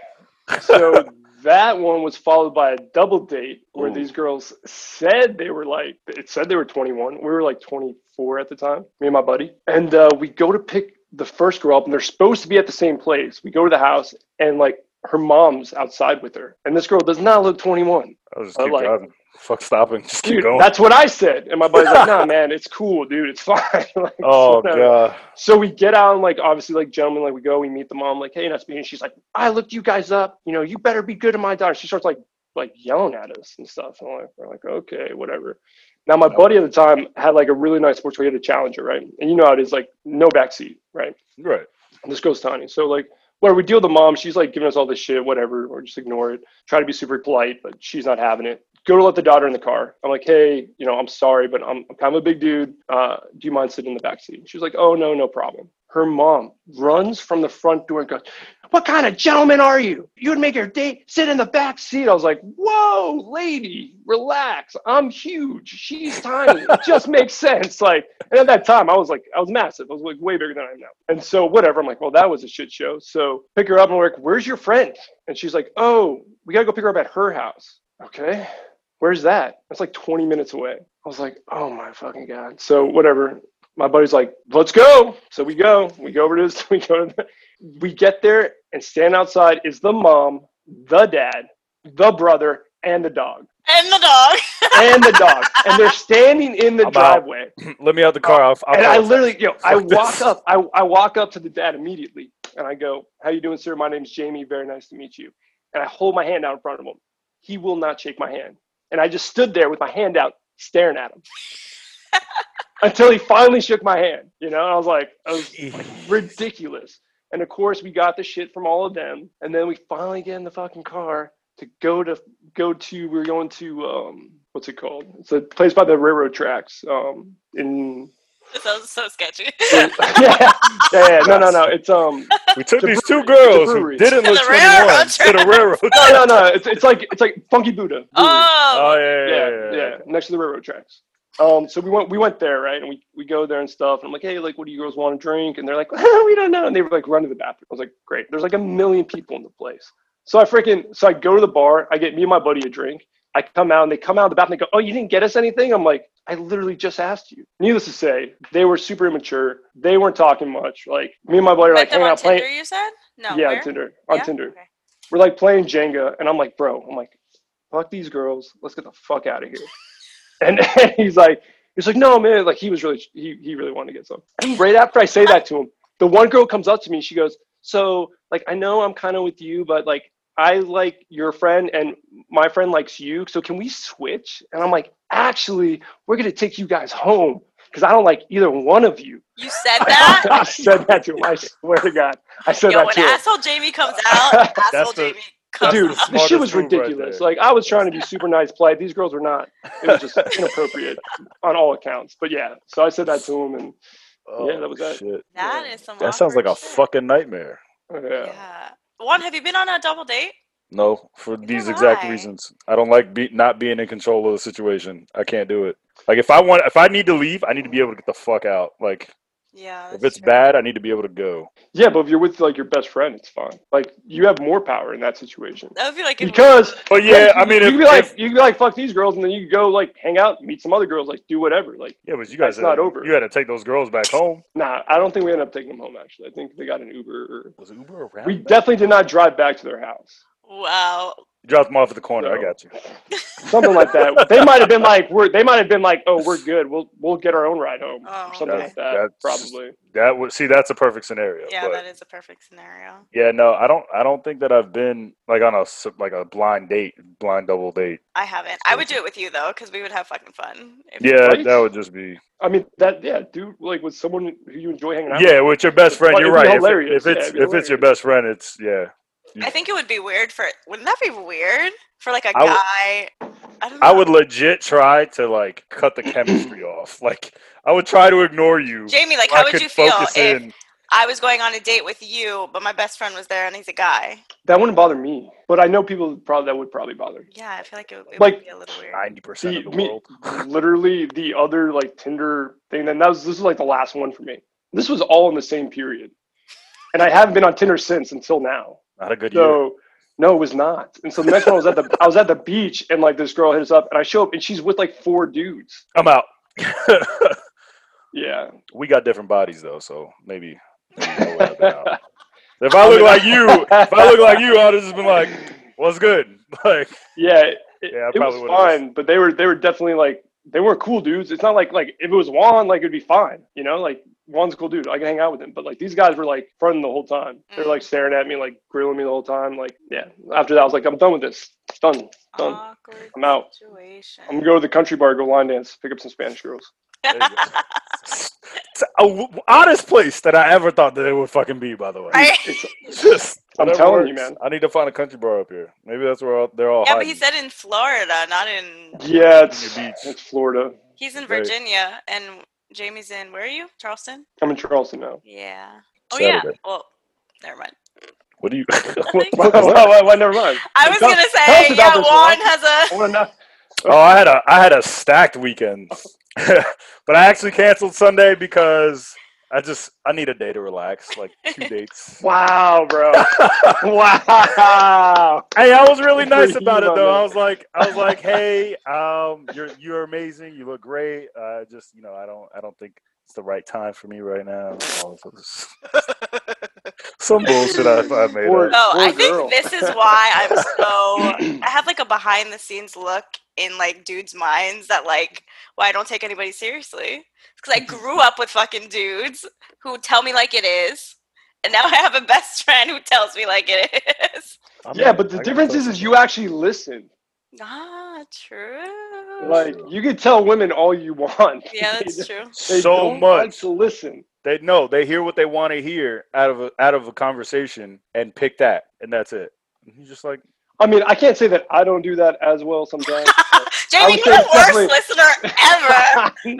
Speaker 1: god. so that one was followed by a double date where
Speaker 3: Ooh.
Speaker 1: these girls said they were like it said they were 21. We were like 24 at the time, me and my buddy. And uh, we go to pick the first girl up and they're supposed to be at the same place. We go to the house and like her mom's outside with her. And this girl does not look 21.
Speaker 3: I'll just
Speaker 1: I
Speaker 3: keep
Speaker 1: like-
Speaker 3: driving. Fuck stopping. Just keep
Speaker 1: Dude,
Speaker 3: going.
Speaker 1: that's what I said. And my buddy's like, nah, man, it's cool, dude. It's fine. like,
Speaker 3: oh
Speaker 1: so-
Speaker 3: god.
Speaker 1: So we get out and like obviously like gentlemen, like we go, we meet the mom, like, hey, that's me. And she's like, I looked you guys up, you know, you better be good at my daughter. She starts like like yelling at us and stuff. And like we're like, okay, whatever. Now my buddy at the time had like a really nice sports car, he had a challenger, right? And you know how it is like no backseat, right?
Speaker 3: Right.
Speaker 1: And this girl's tiny. So like where we deal with the mom, she's like giving us all this shit, whatever, or just ignore it. Try to be super polite, but she's not having it. Go to let the daughter in the car. I'm like, hey, you know, I'm sorry, but I'm, I'm kind of a big dude. Uh, do you mind sitting in the back seat? She's like, oh no, no problem. Her mom runs from the front door and goes, "What kind of gentleman are you? You would make your date sit in the back seat." I was like, "Whoa, lady, relax. I'm huge. She's tiny. It just makes sense." Like, and at that time, I was like, I was massive. I was like way bigger than I am now. And so, whatever. I'm like, well, that was a shit show. So, pick her up and we're like, where's your friend? And she's like, oh, we got to go pick her up at her house. Okay. Where's that? That's like 20 minutes away. I was like, oh my fucking God. So, whatever. My buddy's like, let's go. So we go. We go over to this. We go to the, we get there and stand outside is the mom, the dad, the brother, and the dog.
Speaker 2: And the dog.
Speaker 1: And the dog. and they're standing in the
Speaker 3: I'm out.
Speaker 1: driveway
Speaker 3: Let me out the car. I'll, I'll
Speaker 1: and I
Speaker 3: call.
Speaker 1: literally, you know, I
Speaker 3: Fuck
Speaker 1: walk
Speaker 3: this.
Speaker 1: up, I, I walk up to the dad immediately, and I go, "How you doing, sir? My name's Jamie. Very nice to meet you." And I hold my hand out in front of him. He will not shake my hand, and I just stood there with my hand out, staring at him, until he finally shook my hand. You know, and I was like, I was ridiculous. And of course, we got the shit from all of them, and then we finally get in the fucking car to go to go to. We are going to um, what's it called? It's a place by the railroad tracks um, in
Speaker 2: This sounds so sketchy.
Speaker 1: yeah, yeah, yeah. No, no, no. It's um,
Speaker 3: we took
Speaker 1: it's a
Speaker 3: these two
Speaker 1: brewery. It's a
Speaker 3: girls who
Speaker 1: brewery.
Speaker 3: didn't
Speaker 2: To
Speaker 3: look
Speaker 2: the
Speaker 3: 21
Speaker 2: railroad
Speaker 3: to the railroad.
Speaker 1: no, no, no. It's it's like it's like Funky Buddha. brewery.
Speaker 2: oh,
Speaker 3: Oh yeah,
Speaker 1: yeah, yeah, Next to the railroad tracks. Um, so we went we went there, right? And we we go there and stuff. And I'm like, hey, like, what do you girls want to drink? And they're like, we don't know. And they were like, run to the bathroom. I was like, great. There's like a million people in the place. So I freaking so I go to the bar. I get me and my buddy a drink. I come out and they come out of the bathroom. They go, oh, you didn't get us anything. I'm like, I literally just asked you. Needless to say, they were super immature. They weren't talking much. Like me and my buddy are like
Speaker 2: Met them
Speaker 1: hanging
Speaker 2: on
Speaker 1: out
Speaker 2: Tinder,
Speaker 1: playing.
Speaker 2: you said?
Speaker 1: yeah,
Speaker 2: No. Oh, where?
Speaker 1: on Tinder. On
Speaker 2: Yeah?
Speaker 1: Tinder.
Speaker 2: Okay.
Speaker 1: We're like playing Jenga, and I'm like, bro, I'm like, fuck these girls. Let's get the fuck out of here. And, he's like, he's like, no, man. Like he was really, he, he really wanted to get some. And right after I say that to him, the one girl comes up to me. She goes, so like, I know I'm kind of with you, but like, I like your friend, and my friend likes you. So can we switch? And I'm like, actually, we're gonna take you guys home because I don't like either one of you.
Speaker 2: You said that?
Speaker 1: I said that to him. I swear to God, I said
Speaker 2: Yo,
Speaker 1: that
Speaker 2: when
Speaker 1: to him.
Speaker 2: asshole Jamie comes out, asshole
Speaker 3: the-
Speaker 2: Jamie comes
Speaker 1: Dude,
Speaker 2: out.
Speaker 1: the shit was
Speaker 3: smartest move right
Speaker 1: ridiculous.
Speaker 3: there.
Speaker 1: like I was trying to be super nice, polite. These girls were not. It was just inappropriate on all accounts. But yeah, so I said that to him, and Yeah, that was that.
Speaker 3: Oh, Shit.
Speaker 2: That is some
Speaker 3: That sounds like
Speaker 2: awkward
Speaker 3: a
Speaker 2: shit.
Speaker 3: fucking nightmare.
Speaker 1: uh,
Speaker 2: Yeah.
Speaker 1: yeah.
Speaker 2: Juan, have you been on a double date?
Speaker 3: No, for these
Speaker 2: don't
Speaker 3: exact
Speaker 2: lie.
Speaker 3: reasons. I don't like be, not being in control of the situation. I can't do it. Like if I want, if I need to leave, I need to be able to get the fuck out. Like
Speaker 2: Yeah.
Speaker 3: if it's bad, I need to be able to go.
Speaker 1: yeah, but if you're with like your best friend, it's fine. Like you have more power in that situation
Speaker 2: That would be like if-
Speaker 1: because
Speaker 3: But yeah, I mean,
Speaker 1: you
Speaker 3: if,
Speaker 1: could be like
Speaker 3: if-
Speaker 1: you could be like fuck these girls, and then you could go like hang out, meet some other girls, like do whatever. Like
Speaker 3: yeah, but you
Speaker 1: that's
Speaker 3: guys
Speaker 1: not over.
Speaker 3: You had to take those girls back home.
Speaker 1: nah, I don't think we ended up taking them home. Actually, I think they got an Uber. Or...
Speaker 3: Was Uber around?
Speaker 1: We definitely did not drive back to their house.
Speaker 2: wow.
Speaker 3: dropped them off at the corner. I
Speaker 1: No.
Speaker 3: got you.
Speaker 1: something like that. They might have been like, we're, they might have been like, oh, we're good. We'll we'll get our own ride home,
Speaker 2: Oh,
Speaker 1: or something like that.
Speaker 3: That's-
Speaker 1: probably.
Speaker 3: That would see. That's a perfect scenario.
Speaker 2: Yeah,
Speaker 3: but-
Speaker 2: that is a perfect scenario.
Speaker 3: yeah, no, I don't. I don't think that I've been like on a s- like a blind date, blind double date.
Speaker 2: I haven't. I would do it with you though, because we would have fucking fun. If-
Speaker 3: Yeah,
Speaker 1: Right?
Speaker 3: that would just be.
Speaker 1: I mean, that yeah, dude, like with someone who you enjoy hanging out.
Speaker 3: Yeah, with your best friend,
Speaker 1: Well,
Speaker 3: you're
Speaker 1: it'd be
Speaker 3: right. If, it-
Speaker 1: hilarious.
Speaker 3: if
Speaker 1: Yeah,
Speaker 3: it's
Speaker 1: it'd be
Speaker 3: if it's your best friend, it's yeah.
Speaker 2: I think it would be weird for. Wouldn't that be weird for like a
Speaker 3: I would-
Speaker 2: guy? I don't know.
Speaker 3: I would legit try to like cut the chemistry off. Like I would try to ignore you.
Speaker 2: Jamie, like,
Speaker 3: so
Speaker 2: how
Speaker 3: I
Speaker 2: would
Speaker 3: could
Speaker 2: you feel
Speaker 3: focus
Speaker 2: if
Speaker 3: in.
Speaker 2: I was going on a date with you, but my best friend was there and he's a guy?
Speaker 1: that wouldn't bother me, but I know people probably that would probably bother.
Speaker 2: Yeah, I feel like it, it
Speaker 1: Like-
Speaker 2: would be a little weird.
Speaker 3: ninety percent
Speaker 1: The,
Speaker 3: of the
Speaker 1: me,
Speaker 3: world?
Speaker 1: literally the other like Tinder thing. Then that was this was like the last one for me. This was all in the same period, and I haven't been on Tinder since until now.
Speaker 3: Not a good year.
Speaker 1: So no, it was not. And so the next one I was at the I was at the beach, and like this girl hit us up, and I show up, and she's with like four dudes.
Speaker 3: I'm out.
Speaker 1: Yeah,
Speaker 3: we got different bodies though, so maybe. maybe that would have been out. If I look like you, if I look like you, I'd have just been like, "What's good?" Like,
Speaker 1: yeah, It,
Speaker 3: Yeah,
Speaker 1: it
Speaker 3: I
Speaker 1: was
Speaker 3: probably would've
Speaker 1: fine, but they were they were definitely like they were cool dudes. It's not like like if it was Juan, like it'd be fine, you know. Like Juan's a cool dude, I can hang out with him. But like these guys were like fronting the whole time. They were like staring at me, like grilling me the whole time. Like yeah. After that, I was like, I'm done with this. It's done. Done.
Speaker 2: Awkward
Speaker 1: I'm out.
Speaker 2: situation.
Speaker 1: I'm gonna go to the country bar, go line dance, pick up some Spanish girls.
Speaker 3: There you go. It's a w- honest place that I ever thought that it would fucking be. By the way,
Speaker 2: Right?
Speaker 1: It's,
Speaker 3: just
Speaker 1: I'm
Speaker 3: whatever
Speaker 1: telling you,
Speaker 3: works.
Speaker 1: man.
Speaker 3: I need to find a country bar up here. Maybe that's where all, they're all.
Speaker 2: Yeah, but he
Speaker 3: hiding.
Speaker 2: said in Florida, not in.
Speaker 1: yeah, it's,
Speaker 3: Virginia Beach.
Speaker 1: it's Florida.
Speaker 2: He's in
Speaker 3: Right.
Speaker 2: Virginia, and Jamie's in. Where are you? Charleston.
Speaker 1: I'm in Charleston now.
Speaker 2: Yeah. Oh yeah.
Speaker 3: Saturday.
Speaker 2: Well, never mind.
Speaker 3: "What do you?"
Speaker 1: Well, well, well, never mind.
Speaker 2: I was
Speaker 1: Tell-
Speaker 2: gonna
Speaker 1: tell us
Speaker 2: say,
Speaker 1: about
Speaker 2: yeah,
Speaker 1: this,
Speaker 2: Juan
Speaker 1: Juan.
Speaker 2: has
Speaker 1: I
Speaker 2: a.
Speaker 1: wanna know-
Speaker 3: Oh, I had a I had a stacked weekend,
Speaker 1: Oh.
Speaker 3: but I actually canceled Sunday because I just I need a day to relax, like two dates.
Speaker 1: Wow, bro. wow.
Speaker 3: Hey, I was really nice
Speaker 1: Freaking
Speaker 3: about it
Speaker 1: Monday.
Speaker 3: though. I was like, I was like, hey, um, you're you're amazing. You look great. Uh, just you know, I don't I don't think it's the right time for me right now. All of this- Some bullshit I, I made.
Speaker 1: Or-
Speaker 3: up.
Speaker 2: Oh,
Speaker 1: Poor
Speaker 2: I think
Speaker 1: girl.
Speaker 2: this is why I'm so. I have like a behind the scenes look in like dudes' minds that like why I don't take anybody seriously because I grew up with fucking dudes who tell me like it is, and now I have a best friend who tells me like it is.
Speaker 3: I'm
Speaker 1: Yeah,
Speaker 3: not-
Speaker 1: but
Speaker 3: I
Speaker 1: the
Speaker 3: got
Speaker 1: difference
Speaker 3: some-
Speaker 1: is, is you actually listen.
Speaker 2: Ah, true.
Speaker 1: Like you can tell women all you want.
Speaker 2: yeah,
Speaker 1: They-
Speaker 2: that's true.
Speaker 1: they
Speaker 3: so
Speaker 1: don't like
Speaker 3: much.
Speaker 1: to listen.
Speaker 3: They know they hear what they want to hear out of a, out of a conversation and pick that, and that's it. And You're just like,
Speaker 1: I mean, I can't say that I don't do that as well sometimes. but- I
Speaker 2: Jamie,
Speaker 1: would
Speaker 2: you're
Speaker 1: say
Speaker 2: the worst
Speaker 1: definitely-
Speaker 2: listener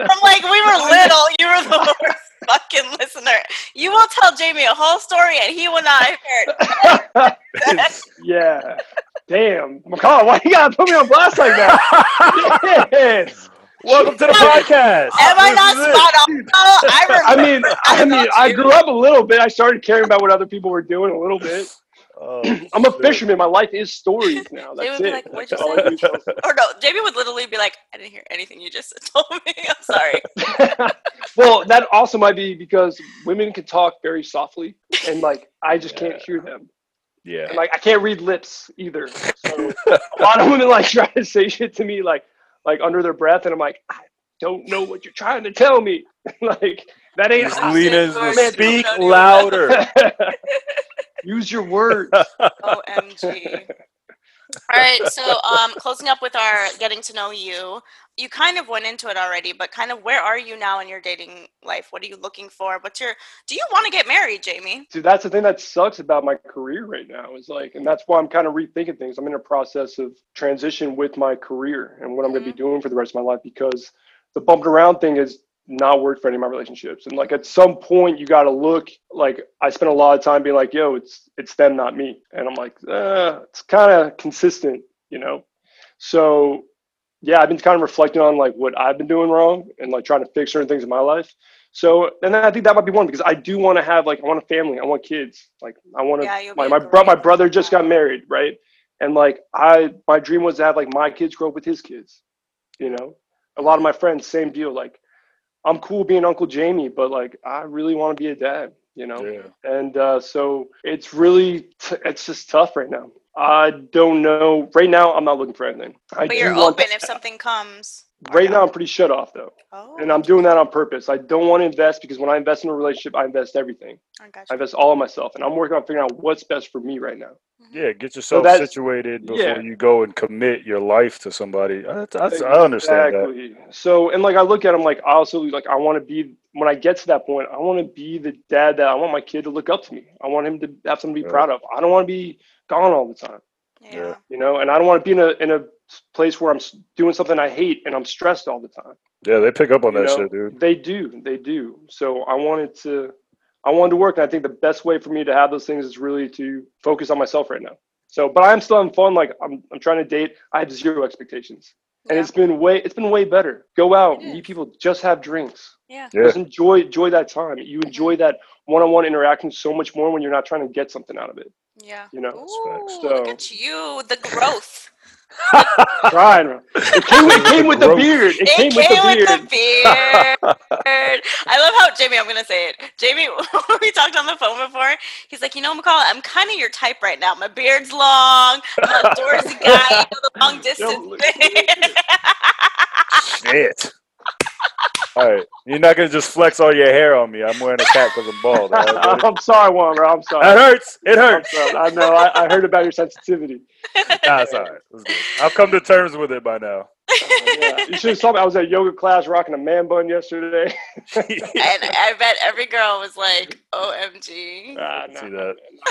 Speaker 2: ever. From like we were little, you were the worst fucking listener. You will tell Jamie a whole story and he will not hear it.
Speaker 1: yeah. Damn. McCall, why you gotta put me on blast like that? Yes.
Speaker 3: welcome to the podcast.
Speaker 2: Am I
Speaker 3: This
Speaker 2: not
Speaker 3: is it.
Speaker 2: spot on? though? I
Speaker 1: I
Speaker 2: remember.
Speaker 1: mean, I mean, I grew up a little bit. I started caring about what other people were doing a little bit.
Speaker 3: Oh,
Speaker 1: I'm a
Speaker 3: shit.
Speaker 1: fisherman. My life is stories now.
Speaker 2: They
Speaker 1: That's
Speaker 2: would be
Speaker 1: it.
Speaker 2: like, "What'd
Speaker 1: That's
Speaker 2: you
Speaker 1: all
Speaker 2: say?"
Speaker 1: I do is tell
Speaker 2: or no, Jamie would literally be like, I didn't hear anything you just told me. I'm sorry.
Speaker 1: well, that also might be because women can talk very softly, and like I just can't hear them,
Speaker 3: Yeah.
Speaker 1: and like I can't read lips either. So a lot of women like try to say shit to me like like under their breath, and I'm like, I don't know what you're trying to tell me. like that ain't.
Speaker 3: Just
Speaker 2: I'm
Speaker 3: lean
Speaker 2: saying
Speaker 3: in,
Speaker 2: sorry,
Speaker 3: just
Speaker 2: you
Speaker 3: speak
Speaker 2: don't know.
Speaker 3: louder.
Speaker 1: Use your words.
Speaker 2: OMG. All right, so um, closing up with our getting to know you, you kind of went into it already, but kind of where are you now in your dating life? What are you looking for? What's your? Do you want to get married, Jamie?
Speaker 1: Dude, that's the thing that sucks about my career right now is like, and that's why I'm kind of rethinking things. I'm in a process of transition with my career and what I'm going to be doing for the rest of my life because the bumping around thing has not worked for any of my relationships. And like at some point, you got to look. Like I spent a lot of time being like, "Yo, it's it's them, not me," and I'm like, uh, it's kind of consistent, you know. So yeah, I've been kind of reflecting on like what I've been doing wrong and like trying to fix certain things in my life. So, and then I think that might be one because I do want to have like I want a family, I want kids, like I want to.
Speaker 2: Yeah, you'll be
Speaker 1: my
Speaker 2: a
Speaker 1: my, bro- my
Speaker 2: great
Speaker 1: brother just
Speaker 2: dad.
Speaker 1: got married, right? And like I, my dream was to have like my kids grow up with his kids. You know, a lot of my friends, same deal. Like I'm cool being Uncle Jamie, but like I really want to be a dad. You know,
Speaker 3: Yeah.
Speaker 1: and uh, so it's really t- it's just tough right now. I don't know. Right now, I'm not looking for anything. I
Speaker 2: but
Speaker 1: do
Speaker 2: you're
Speaker 1: want-
Speaker 2: open if something comes.
Speaker 1: Right now, I'm pretty shut off though,
Speaker 2: Oh,
Speaker 1: and I'm doing that on purpose. I don't want to invest because when I invest in a relationship, I invest everything.
Speaker 2: Oh, I got
Speaker 1: I
Speaker 2: you.
Speaker 1: invest all of myself, and I'm working on figuring out what's best for me right now.
Speaker 3: Yeah, get yourself
Speaker 1: that's-
Speaker 3: situated before
Speaker 1: yeah.
Speaker 3: you go and commit your life to somebody. I, that's, I understand that.
Speaker 1: exactly. So, and like I look at him, like I also like I want to be when I get to that point, I want to be the dad that I want my kid to look up to me. I want him to have something to be
Speaker 3: Right.
Speaker 1: proud of. I don't want to be gone all the time.
Speaker 2: Yeah.
Speaker 3: Yeah.
Speaker 1: you know and i don't want to be in a in a place where i'm s- doing something i hate and i'm stressed all the time
Speaker 3: Yeah, they pick up on
Speaker 1: you
Speaker 3: that
Speaker 1: know?
Speaker 3: shit, dude.
Speaker 1: they do they do so i wanted to i wanted to work and i think the best way for me to have those things is really to focus on myself right now so but i'm still having fun like i'm, I'm trying to date i have zero expectations and
Speaker 2: Yeah.
Speaker 1: it's been way it's been way better go out
Speaker 2: It is.
Speaker 1: meet people just have drinks
Speaker 2: Yeah.
Speaker 3: Yeah.
Speaker 1: just enjoy enjoy that time you enjoy that one-on-one interaction so much more when you're not trying to get something out of it
Speaker 2: Yeah.
Speaker 1: you know.
Speaker 2: Ooh,
Speaker 1: facts.
Speaker 2: look
Speaker 1: So-
Speaker 2: at you, the growth.
Speaker 1: Trying. bro. It came, it came with the
Speaker 3: Growth.
Speaker 1: beard. It,
Speaker 2: It
Speaker 1: came, with the beard.
Speaker 2: beard. I love how Jamie. I'm gonna say it. Jamie, we talked on the phone before. He's like, you know, McCall, I'm kind of your type right now. My beard's long. I'm a outdoorsy guy. You know, the long distance
Speaker 1: look-
Speaker 2: thing.
Speaker 3: Shit. All right, you're not gonna just flex all your hair on me. I'm wearing a cap because I'm bald. all right, buddy?
Speaker 1: I'm sorry, Juan, bro. I'm sorry.
Speaker 3: that hurts. It
Speaker 1: I'm
Speaker 3: hurts.
Speaker 1: sorry. I know. I, I heard about your sensitivity.
Speaker 3: Nah, it's all right. It's good. I've come to terms with it by now.
Speaker 1: Yeah. You should have saw me. I was at yoga class rocking a man bun yesterday.
Speaker 2: and I bet every girl was like, "OMG."
Speaker 1: Ah,
Speaker 3: I
Speaker 1: no.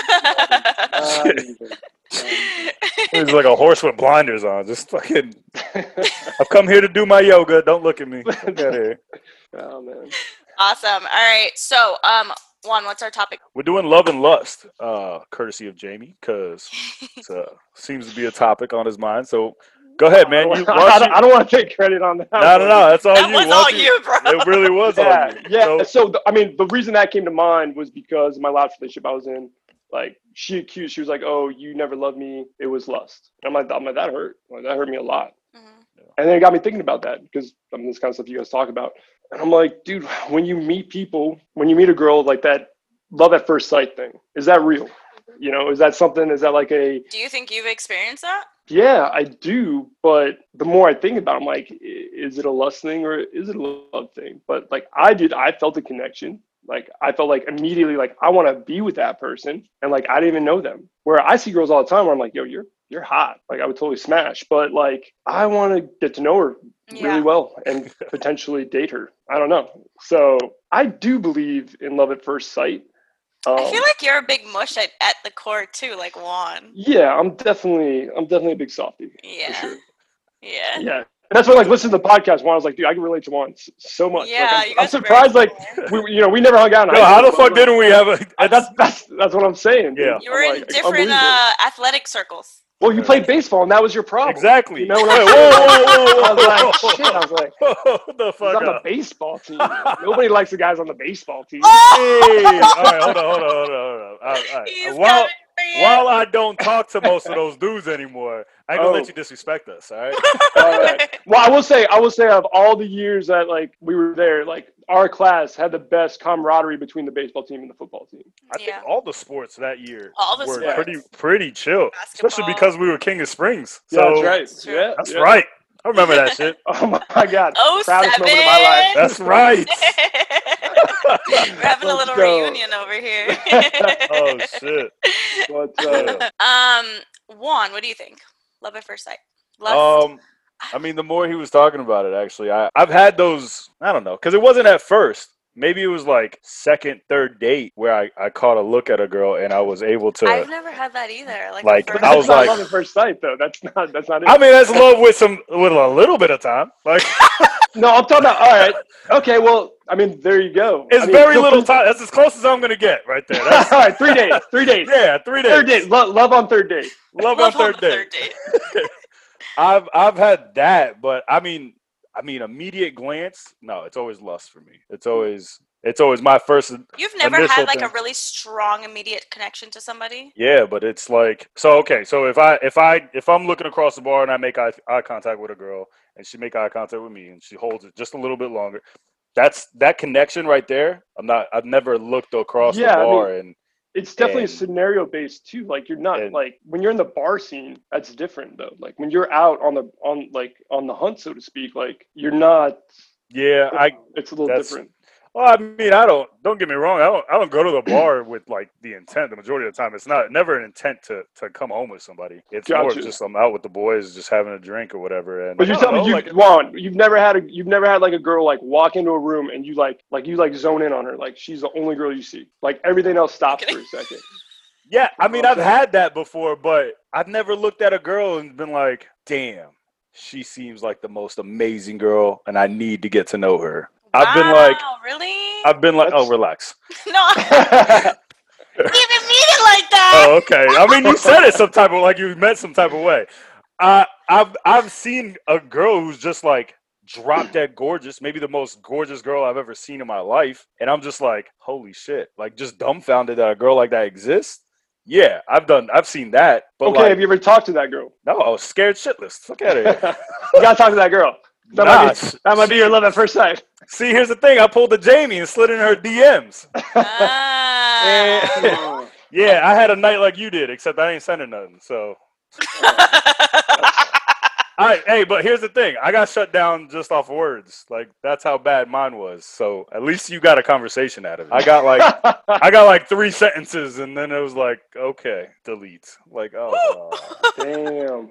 Speaker 3: see that.
Speaker 1: Ah,
Speaker 3: He's like a horse with blinders on. Just fucking. I've come here to do my yoga. Don't look at me. Look out here.
Speaker 1: oh man.
Speaker 2: awesome. All right. So, um, Juan, what's our topic?
Speaker 3: We're doing love and lust, uh, courtesy of Jamie, because it uh, seems to be a topic on his mind. So go ahead, man. You,
Speaker 1: I
Speaker 3: why
Speaker 1: don't,
Speaker 3: don't
Speaker 1: I don't want to take credit on that.
Speaker 3: you- no, no, no. That's
Speaker 1: Oh,
Speaker 3: all
Speaker 2: that
Speaker 3: you.
Speaker 2: was
Speaker 3: Why
Speaker 2: all
Speaker 3: don't
Speaker 2: you, bro.
Speaker 3: It really was all
Speaker 1: yeah,
Speaker 3: you.
Speaker 1: yeah. So,
Speaker 3: So,
Speaker 1: the, I mean, the reason that came to mind was because my last relationship I was in, like, she accused, she was like, "Oh, you never loved me. It was lust." And I'm like, I'm like, that hurt. Like, that hurt me a lot.
Speaker 2: Mhm.
Speaker 1: And then it got me thinking about that because I mean, this kind of stuff you guys talk about. And I'm like, dude, when you meet people, when you meet a girl like that, love at first sight thing, is that real? You know, is that something? Is that like a
Speaker 2: Do you think you've experienced that?
Speaker 1: yeah, I do, but the more I think about it, I'm like, i- is it a lust thing or is it a love thing? But like I did, I felt a connection. Like I felt like immediately like I want to be with that person, and like I didn't even know them. Where I see girls all the time, where I'm like, yo, you're you're hot. Like I would totally smash, but like I want to get to know her really well and potentially date her. I don't know. So I do believe in love at first sight. Um,
Speaker 2: I feel like you're a big mush at, at the core too, like Juan.
Speaker 1: yeah, I'm definitely I'm definitely a big softie.
Speaker 2: Yeah.
Speaker 1: sure.
Speaker 2: Yeah.
Speaker 1: yeah. And that's why, like, listen to the podcast. Juan I was like, dude, I can relate to Juan s- so much.
Speaker 2: Yeah,
Speaker 1: like,
Speaker 2: you
Speaker 1: I'm, I'm
Speaker 2: guys are very
Speaker 1: surprised, like, we, you know, we never hung out. and
Speaker 3: no,
Speaker 1: I
Speaker 3: how the
Speaker 1: didn't know
Speaker 3: fuck
Speaker 1: about-
Speaker 3: didn't we have a?
Speaker 1: I- That's that's that's what I'm saying. dude.
Speaker 3: Yeah.
Speaker 2: You were
Speaker 1: I'm
Speaker 2: in
Speaker 1: like,
Speaker 2: different
Speaker 1: unbelievable.
Speaker 2: uh, athletic circles.
Speaker 1: well, you played baseball, and that was your problem.
Speaker 3: exactly.
Speaker 1: You know what
Speaker 3: Wait,
Speaker 1: I'm
Speaker 3: whoa,
Speaker 1: saying?
Speaker 3: whoa,
Speaker 1: I
Speaker 3: whoa,
Speaker 1: was
Speaker 3: whoa,
Speaker 1: like,
Speaker 3: whoa.
Speaker 1: shit. I was like,
Speaker 3: Whoa, the
Speaker 1: he's
Speaker 3: fuck
Speaker 1: on the
Speaker 3: up.
Speaker 1: baseball team. Nobody likes the guys on the baseball team.
Speaker 3: Hey, all right, hold on, hold on, hold on, hold on. All right, all right.
Speaker 2: Oh, He's
Speaker 3: While,
Speaker 2: coming for you.
Speaker 3: while I don't talk to most of those dudes anymore, I ain't gonna
Speaker 1: Oh.
Speaker 3: let you disrespect us. All right.
Speaker 1: All right. Well, I will say, I will say, of all the years that like we were there, like our class had the best camaraderie between the baseball team and the football team.
Speaker 3: I
Speaker 2: Yeah.
Speaker 3: think all the sports that year
Speaker 2: All the
Speaker 3: were
Speaker 2: sports.
Speaker 3: pretty pretty chill, especially
Speaker 2: Basketball.
Speaker 3: because we were King of Springs.
Speaker 1: Yeah,
Speaker 3: So
Speaker 1: that's right.
Speaker 2: That's true.
Speaker 1: Yeah,
Speaker 3: That's
Speaker 1: yeah.
Speaker 3: right. I remember that shit.
Speaker 1: Oh my god.
Speaker 2: Oh,
Speaker 1: Proudest moment of my life.
Speaker 3: That's right.
Speaker 2: We're having a
Speaker 1: Let's
Speaker 2: little
Speaker 1: go.
Speaker 2: reunion over here.
Speaker 3: Oh shit.
Speaker 1: But uh,
Speaker 2: um, Juan, what do you think? Love at first sight. Lust.
Speaker 3: Um, I mean, the more he was talking about it, actually, I, I've had those. I don't know, because it wasn't at first. Maybe it was like second, third date where I, I caught a look at a girl and I was able to.
Speaker 2: I've never had that either. Like,
Speaker 3: Um, like,
Speaker 2: the
Speaker 1: but
Speaker 2: first
Speaker 1: that's
Speaker 3: I was
Speaker 1: not
Speaker 3: like-
Speaker 1: love at first sight though. That's not that's not it.
Speaker 3: I mean, that's love with some with a little bit of time. Like
Speaker 1: no, I'm talking about all right. Okay, well, I mean, there you go.
Speaker 3: it's
Speaker 1: I mean,
Speaker 3: very
Speaker 1: feel
Speaker 3: little
Speaker 1: free-
Speaker 3: time. That's as close as I'm gonna get right there. That's,
Speaker 1: all right, three days. Three days.
Speaker 3: yeah, three days.
Speaker 1: Third date. Lo- love on third date.
Speaker 3: Love,
Speaker 2: love
Speaker 3: on third
Speaker 2: the
Speaker 3: date. I've I've had that, but I mean, I mean, immediate glance. No, it's always lust for me. It's always it's always my first
Speaker 2: You've never
Speaker 3: Initial
Speaker 2: had like a
Speaker 3: thing.
Speaker 2: really strong immediate connection to somebody?
Speaker 3: Yeah, but it's like so. Okay, so if I if I if I'm looking across the bar and I make eye, eye contact with a girl and she make eye contact with me and she holds it just a little bit longer, that's that connection right there. I'm not. I've never looked across
Speaker 1: Yeah, I
Speaker 3: the
Speaker 1: mean,
Speaker 3: bar and
Speaker 1: It's definitely
Speaker 3: And-
Speaker 1: scenario based too. Like you're not
Speaker 3: And-
Speaker 1: like when you're in the bar scene, that's different though. Like when you're out on the on like on the hunt, so to speak, like you're not
Speaker 3: yeah, I.
Speaker 1: it's a little
Speaker 3: That's-
Speaker 1: different.
Speaker 3: Well, I mean, I don't. Don't get me wrong. I don't. I don't go to the bar with like the intent. The majority of the time, it's not never an intent to to come home with somebody. It's more
Speaker 1: Gotcha.
Speaker 3: just I'm out with the boys, just having a drink or whatever. And
Speaker 1: But you're
Speaker 3: I don't
Speaker 1: telling me
Speaker 3: know,
Speaker 1: you,
Speaker 3: like,
Speaker 1: Juan, you've never had a, you've never had like a girl like walk into a room and you like, like you like zone in on her, like she's the only girl you see. Like everything else stops for a second.
Speaker 3: Yeah, I mean,
Speaker 1: Oh,
Speaker 3: I've
Speaker 1: okay.
Speaker 3: had that before, but I've never looked at a girl and been like, damn, she seems like the most amazing girl, and I need to get to know her. I've been like,
Speaker 2: Wow, really?
Speaker 3: I've been like, oh,
Speaker 1: That's-
Speaker 3: relax.
Speaker 2: no, I didn't even mean it like that.
Speaker 3: Oh, okay. I mean, you said it some type of like you meant some type of way. I, I've I've seen a girl who's just like drop dead gorgeous, maybe the most gorgeous girl I've ever seen in my life, and I'm just like, holy shit, like just dumbfounded that a girl like that exists. Yeah, I've done. I've seen that. But
Speaker 1: okay,
Speaker 3: like,
Speaker 1: have you ever talked to that girl?
Speaker 3: no, I was scared shitless. Fuck out of
Speaker 1: you
Speaker 3: here.
Speaker 1: gotta talk to that girl. That,
Speaker 3: Nah,
Speaker 1: might, be, that might be your love at first sight.
Speaker 3: See, here's the thing. I pulled the Jamie and slid in her DMs.
Speaker 2: Ah.
Speaker 3: Yeah, I had a night like you did, except I ain't sending nothing. So, I hey, but here's the thing. I got shut down just off words. Like that's how bad mine was. So at least you got a conversation out of it. I got like I got like three sentences, and then it was like, okay, delete. Like, oh, no.
Speaker 1: Damn.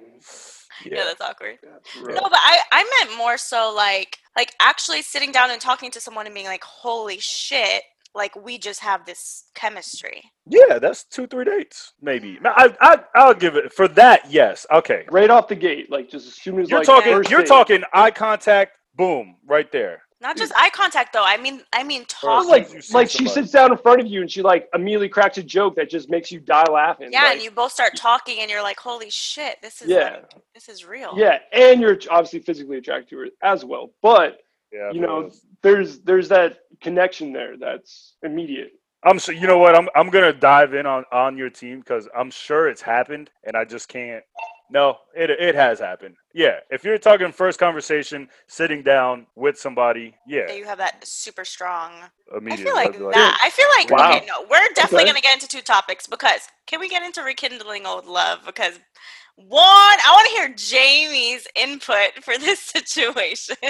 Speaker 2: yeah,
Speaker 3: yeah,
Speaker 2: that's awkward.
Speaker 1: That's
Speaker 2: No,
Speaker 1: rough.
Speaker 2: but I, I meant more so like like actually sitting down and talking to someone and being like, holy shit, like we just have this chemistry.
Speaker 3: yeah, that's two, three dates maybe. I, I, I'll give it for that. Yes, okay.
Speaker 1: Right off the gate, like just as soon as
Speaker 3: You're
Speaker 1: like
Speaker 3: talking.
Speaker 1: first
Speaker 3: You're
Speaker 1: date.
Speaker 3: talking eye contact. Boom, right there.
Speaker 2: Not just eye contact though. I mean I mean
Speaker 1: It's
Speaker 2: talking.
Speaker 1: like
Speaker 3: You see
Speaker 1: like she
Speaker 3: somebody.
Speaker 1: sits down in front of you and she like immediately cracks a joke that just makes you die laughing.
Speaker 2: yeah,
Speaker 1: like-
Speaker 2: and you both start talking and you're like, holy shit, this is
Speaker 1: Yeah.
Speaker 2: like this is real.
Speaker 1: yeah, and you're obviously physically attracted to her as well. But
Speaker 3: Yeah,
Speaker 1: you
Speaker 3: but-
Speaker 1: know, there's there's that connection there that's immediate.
Speaker 3: I'm sure. You know what? I'm I'm gonna dive in on on your team because I'm sure it's happened, and I just can't. No, it it has happened. Yeah, if you're talking first conversation, sitting down with somebody,
Speaker 2: That
Speaker 3: yeah,
Speaker 2: you have that super strong. I
Speaker 3: immediately.
Speaker 2: feel like
Speaker 3: I'd be
Speaker 2: that. I feel like
Speaker 1: Wow.
Speaker 2: okay, no, we're definitely
Speaker 1: Okay.
Speaker 2: gonna get into two topics because can we get into rekindling old love? Because one, I want to hear Jamie's input for this situation.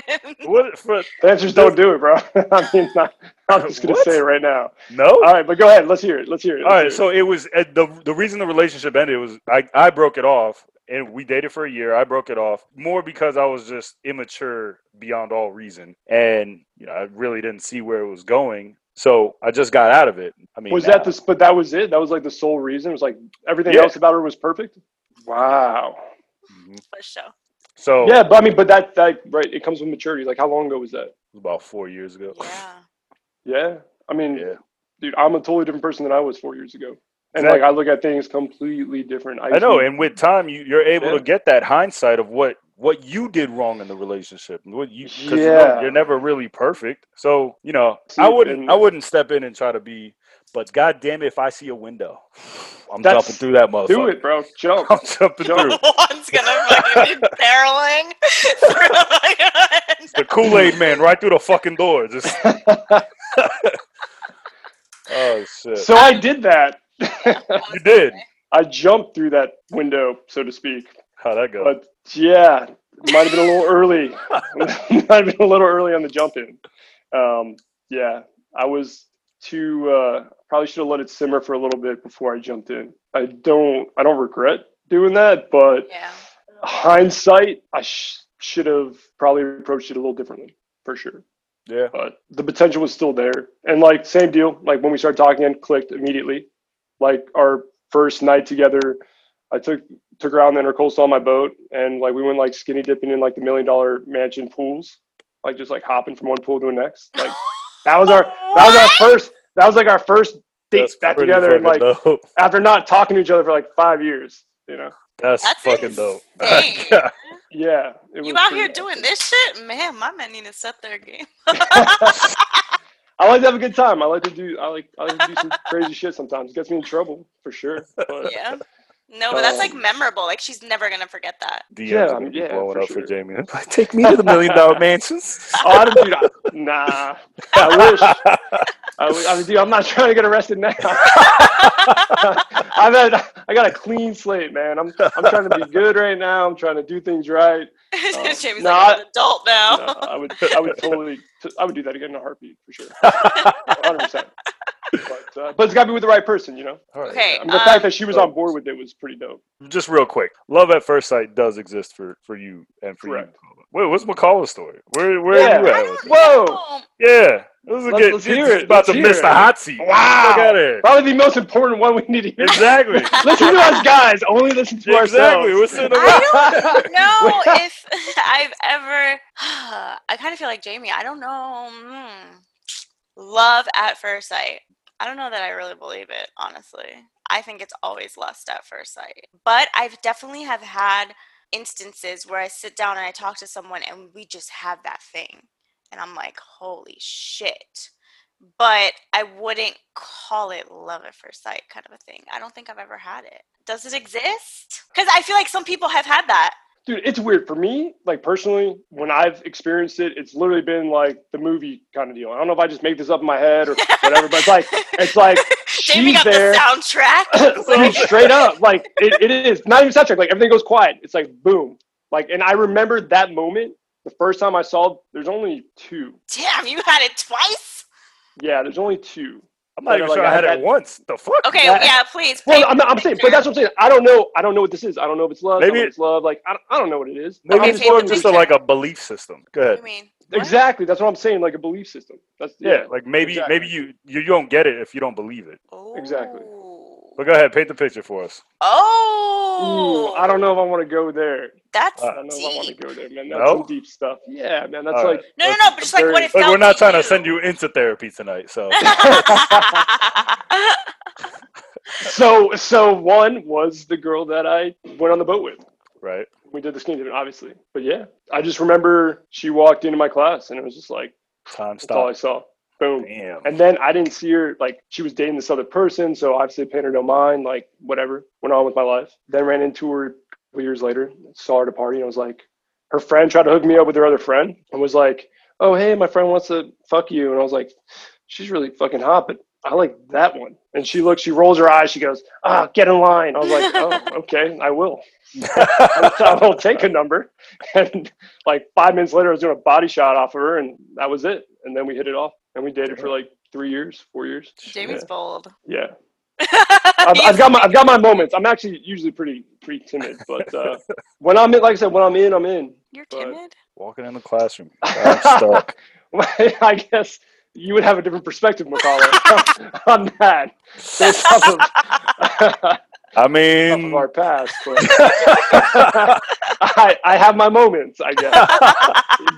Speaker 3: What for?
Speaker 1: The answers don't do it, bro. I mean, not, I'm just gonna
Speaker 3: What?
Speaker 1: say it right now.
Speaker 3: No.
Speaker 1: All right, but go ahead. Let's hear it. Let's hear it.
Speaker 3: Uh, All right.
Speaker 1: let's hear
Speaker 3: So it was uh, the the reason the relationship ended was I I broke it off, and we dated for a year. I broke it off more because I was just immature beyond all reason, and you know I really didn't see where it was going. So I just got out of it. I
Speaker 1: it.
Speaker 3: mean,
Speaker 1: was
Speaker 3: now-
Speaker 1: that this? But that was it. That was like the sole reason. It was like everything
Speaker 3: Yeah.
Speaker 1: else about her was perfect. Wow.
Speaker 3: Mhm.
Speaker 2: Let's show.
Speaker 3: So
Speaker 1: Yeah, but I mean, but that that right, it comes with maturity. Like, how long ago was that?
Speaker 3: It was about four years ago.
Speaker 2: Yeah.
Speaker 1: Yeah, I mean,
Speaker 3: Yeah.
Speaker 1: dude, I'm a totally different person than I was four years ago, and
Speaker 3: Exactly.
Speaker 1: like I look at things completely different.
Speaker 3: I know,
Speaker 1: see-
Speaker 3: and with time, you, you're able
Speaker 1: Yeah.
Speaker 3: to get that hindsight of what what you did wrong in the relationship. What you, 'cause you
Speaker 1: Yeah.
Speaker 3: know, you're never really perfect. So you know,
Speaker 1: See,
Speaker 3: I wouldn't
Speaker 1: and-
Speaker 3: I wouldn't step in and try to be. But God damn it, if I see a window, I'm
Speaker 1: That's-
Speaker 3: jumping through that motherfucker.
Speaker 1: do it, bro. Jump.
Speaker 3: I'm jumping through.
Speaker 2: One's gonna fucking be barreling
Speaker 3: The
Speaker 2: through.
Speaker 3: Kool Aid Man right through the fucking door. Just oh shit,
Speaker 1: so I did that.
Speaker 3: you did.
Speaker 1: I jumped through that window, so to speak.
Speaker 3: How that go?
Speaker 1: But yeah, might have been a little early. might have been a little early on the jump in. Um, yeah, I was too. Uh, probably should have let it simmer for a little bit before I jumped in. I don't. I don't regret doing that, but
Speaker 2: yeah.
Speaker 1: hindsight, I sh- should have probably approached it a little differently for sure.
Speaker 3: Yeah,
Speaker 1: But the potential was still there. And like, same deal. Like, when we started talking and clicked immediately, like, our first night together, I took took her out in the intercoastal on my boat and like we went like skinny dipping in like the million dollar mansion pools, like just like hopping from one pool to the next. Like, that was our that was our first that was like our first date back
Speaker 3: pretty
Speaker 1: together and like
Speaker 3: fucking dope.
Speaker 1: after not talking to each other for like five years, you know.
Speaker 3: That's,
Speaker 2: That's
Speaker 3: fucking dope.
Speaker 2: insane.
Speaker 1: Yeah. it was
Speaker 2: You out
Speaker 1: pretty
Speaker 2: here
Speaker 1: awesome.
Speaker 2: doing this shit, man? My men need to set their game.
Speaker 1: I like to have a good time. I like to do. I like. I like to do some crazy shit sometimes. It gets me in trouble for sure. But
Speaker 2: yeah. No, but that's like
Speaker 1: Um,
Speaker 2: memorable. Like she's never gonna forget that.
Speaker 3: DMs
Speaker 1: Yeah,
Speaker 3: are
Speaker 1: I
Speaker 3: gonna
Speaker 1: mean,
Speaker 3: be
Speaker 1: yeah,
Speaker 3: blowing
Speaker 1: for
Speaker 3: up for
Speaker 1: sure.
Speaker 3: Jamie. Like, take me to the million dollar mansions.
Speaker 1: oh, I don't do that. Nah. I wish. I, w- I mean, dude, I'm not trying to get arrested now. I've had. I got a clean slate, man. I'm. I'm trying to be good right now. I'm trying to do things right. Um,
Speaker 2: Jamie's
Speaker 1: no,
Speaker 2: like I'm
Speaker 1: I-
Speaker 2: an adult now.
Speaker 1: No, I would. I would totally. t- I would do that again in a heartbeat for sure. 100. percent But, uh, but it's got to be with the right person, you know.
Speaker 3: All right.
Speaker 2: Okay.
Speaker 1: I mean, the fact
Speaker 2: um,
Speaker 1: that she was on board with it was pretty dope.
Speaker 3: Just real quick, love at first sight does exist for for you and for
Speaker 1: Correct.
Speaker 3: you. McCullough. Wait, what's McCullough's story? Where where
Speaker 1: Yeah.
Speaker 3: are
Speaker 2: I
Speaker 3: you at?
Speaker 2: don't
Speaker 3: With it?
Speaker 1: Whoa!
Speaker 2: know.
Speaker 3: Yeah, this is a
Speaker 1: Let's-
Speaker 3: good.
Speaker 1: let's
Speaker 3: he's
Speaker 1: hear
Speaker 3: just
Speaker 1: it.
Speaker 3: About to
Speaker 1: Let's
Speaker 3: miss
Speaker 1: hear
Speaker 3: the
Speaker 1: it.
Speaker 3: hot seat.
Speaker 1: Wow.
Speaker 3: Look at it.
Speaker 1: Probably the most important one we need to hear.
Speaker 3: Exactly.
Speaker 1: listen to us guys. Only listen to
Speaker 3: exactly. We're
Speaker 1: ourselves.
Speaker 3: sitting around.
Speaker 2: I don't know if I've ever. I kind of feel like Jamie. I don't know. Hmm. Love at first sight. I don't know that I really believe it, honestly. I think it's always lust at first sight. But I've definitely have had instances where I sit down and I talk to someone and we just have that thing. And I'm like, holy shit. but I wouldn't call it love at first sight kind of a thing. I don't think I've ever had it. Does it exist? Because I feel like some people have had that.
Speaker 1: Dude, it's weird for me. Like personally, when I've experienced it, it's literally been like the movie kind of deal. I don't know if I just make this up in my head or whatever, but it's like it's like
Speaker 2: Jamie
Speaker 1: she's
Speaker 2: got
Speaker 1: there.
Speaker 2: the soundtrack.
Speaker 1: I mean, straight up, like it, it is not even soundtrack. Like everything goes quiet. It's like boom. Like, and I remember that moment the first time I saw. There's only two.
Speaker 2: Damn, you had it twice?
Speaker 1: Yeah, there's only two.
Speaker 3: I'm not even
Speaker 1: Like,
Speaker 3: sure I
Speaker 1: I
Speaker 3: had
Speaker 1: had-
Speaker 3: it once. The fuck?
Speaker 2: Okay,
Speaker 1: That-
Speaker 2: yeah, please.
Speaker 1: Well,
Speaker 2: paint
Speaker 1: I'm,
Speaker 2: the
Speaker 1: I'm saying, but
Speaker 2: picture.
Speaker 1: that's what I'm saying. I don't know. I don't know what this is. I don't know if it's love. Maybe
Speaker 3: Maybe-
Speaker 1: it's love. Like I don't, I don't know what it is.
Speaker 3: Maybe
Speaker 2: Okay,
Speaker 3: it's
Speaker 2: paint
Speaker 3: more
Speaker 2: the
Speaker 3: just a,
Speaker 2: picture.
Speaker 3: like a belief system. Go
Speaker 2: What do
Speaker 3: ahead.
Speaker 2: you mean? What?
Speaker 1: Exactly. That's what I'm saying. Like a belief system. That's
Speaker 3: Yeah, like maybe
Speaker 1: exactly.
Speaker 3: maybe you, you you don't get it if you don't believe it.
Speaker 1: Exactly.
Speaker 2: Ooh.
Speaker 3: But go ahead, paint the picture for us.
Speaker 2: Oh,
Speaker 1: Ooh, I don't uh, know if I want to go there.
Speaker 2: That's
Speaker 1: I don't know if I want to
Speaker 2: deep.
Speaker 1: go there, man. That's
Speaker 3: No?
Speaker 1: some deep stuff. Yeah, man. That's
Speaker 3: All
Speaker 1: like
Speaker 2: No, no,
Speaker 1: that's
Speaker 2: no. But just like
Speaker 1: very-
Speaker 2: what it
Speaker 3: Look,
Speaker 2: felt.
Speaker 3: we're not trying to send you into therapy tonight, so
Speaker 1: so. So one was the girl that I went on the boat with.
Speaker 3: right.
Speaker 1: We did the skinny dipping, obviously. But yeah, I just remember she walked into my class, and it was just like
Speaker 3: Time
Speaker 1: that's all I
Speaker 3: stop.
Speaker 1: saw. Boom.
Speaker 3: Damn.
Speaker 1: And then I didn't see her like she was dating this other person, so obviously paid her no mind, like whatever. Went on with my life. Then ran into her a couple years later, saw her at a party, and I was like, her friend tried to hook me up with her other friend and was like, Oh hey, my friend wants to fuck you. And I was like, She's really fucking hot, but I like that one. And she looks, she rolls her eyes, she goes, Ah, get in line. I was like, Oh, okay, I will. I will take a number. And like five minutes later, I was doing a body shot off of her, and that was it. And then we hit it off, and we dated for like three years, four years.
Speaker 2: Jamie's bold.
Speaker 1: Yeah, I've, I've got my I've got my moments. I'm actually usually pretty pretty timid, but uh, when I'm in, like I said, when I'm in, I'm in.
Speaker 2: You're
Speaker 1: but-
Speaker 2: timid.
Speaker 3: Walking in the classroom. I'm stuck.
Speaker 1: I guess you would have a different perspective, McCall, on that based off of, off
Speaker 3: I
Speaker 1: of
Speaker 3: mean,
Speaker 1: our past. But I I have my moments, I guess,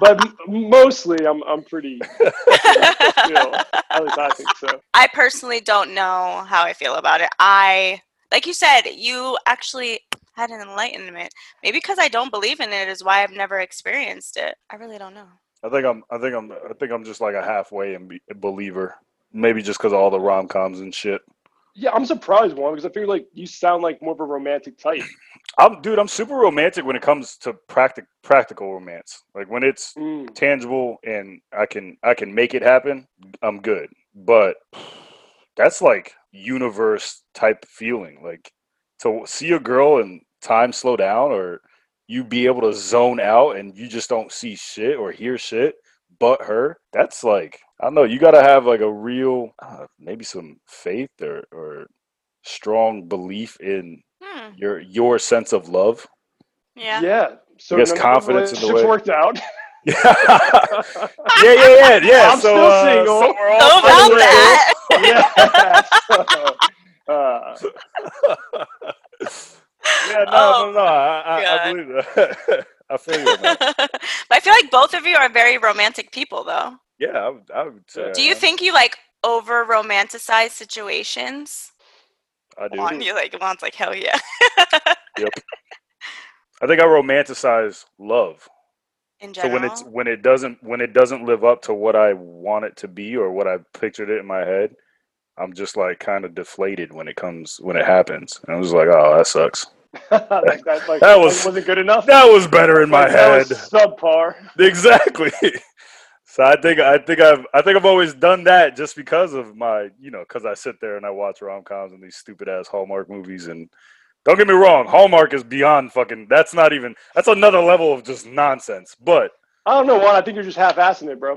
Speaker 1: but m- mostly I'm I'm pretty. you know, at least I think so.
Speaker 2: I personally don't know how I feel about it. I, like you said, you actually had an enlightenment. Maybe because I don't believe in it is why I've never experienced it. I really don't know.
Speaker 3: I think I'm. I think I'm. I think I'm just like a halfway in believer. Maybe just because of all the rom coms and shit.
Speaker 1: Yeah, I'm surprised, Juan, because I feel like you sound like more of a romantic type.
Speaker 3: I'm, dude. I'm super romantic when it comes to practic- practical romance. Like when it's
Speaker 1: Mm.
Speaker 3: tangible and I can I can make it happen. I'm good. But that's like universe type feeling. Like to see a girl and time slow down, or you be able to zone out and you just don't see shit or hear shit but her. That's like I don't know. You gotta have like a real uh, maybe some faith or or strong belief in
Speaker 2: Hmm.
Speaker 3: your your sense of love.
Speaker 2: Yeah.
Speaker 1: So
Speaker 3: I guess
Speaker 1: none of
Speaker 3: confidence in the
Speaker 1: relationships
Speaker 3: way-
Speaker 1: worked out.
Speaker 3: yeah, yeah, yeah, yeah.
Speaker 1: I'm
Speaker 3: so,
Speaker 1: still
Speaker 3: uh,
Speaker 1: single.
Speaker 3: so we're all
Speaker 2: So about
Speaker 3: single.
Speaker 2: that.
Speaker 1: yeah. So, uh,
Speaker 3: yeah, no,
Speaker 2: Oh,
Speaker 3: no, no. I, I, I
Speaker 2: God.
Speaker 3: believe that. I feel you. on that.
Speaker 2: but I feel like both of you are very romantic people, though.
Speaker 3: Yeah, I would, I would uh, say.
Speaker 2: Do you
Speaker 3: I am.
Speaker 2: think you like over romanticize situations?
Speaker 3: I do.
Speaker 2: Juan, you like Juan's like hell yeah.
Speaker 3: I think I romanticize love.
Speaker 2: In
Speaker 3: So
Speaker 2: general,
Speaker 3: when it's when it doesn't when it doesn't live up to what I want it to be or what I pictured it in my head, I'm just like kind of deflated when it comes when it happens. And I'm just like, oh, that sucks.
Speaker 1: like that, like,
Speaker 3: That was-
Speaker 1: wasn't good enough.
Speaker 3: That was better in my
Speaker 1: Like, that
Speaker 3: head.
Speaker 1: was subpar.
Speaker 3: Exactly. So I think I think I've I think I've always done that just because of my you know because I sit there and I watch rom coms and these stupid ass Hallmark movies and don't get me wrong Hallmark is beyond fucking that's not even that's another level of just nonsense but
Speaker 1: I don't know, Juan. I think you're just half-assing it, bro.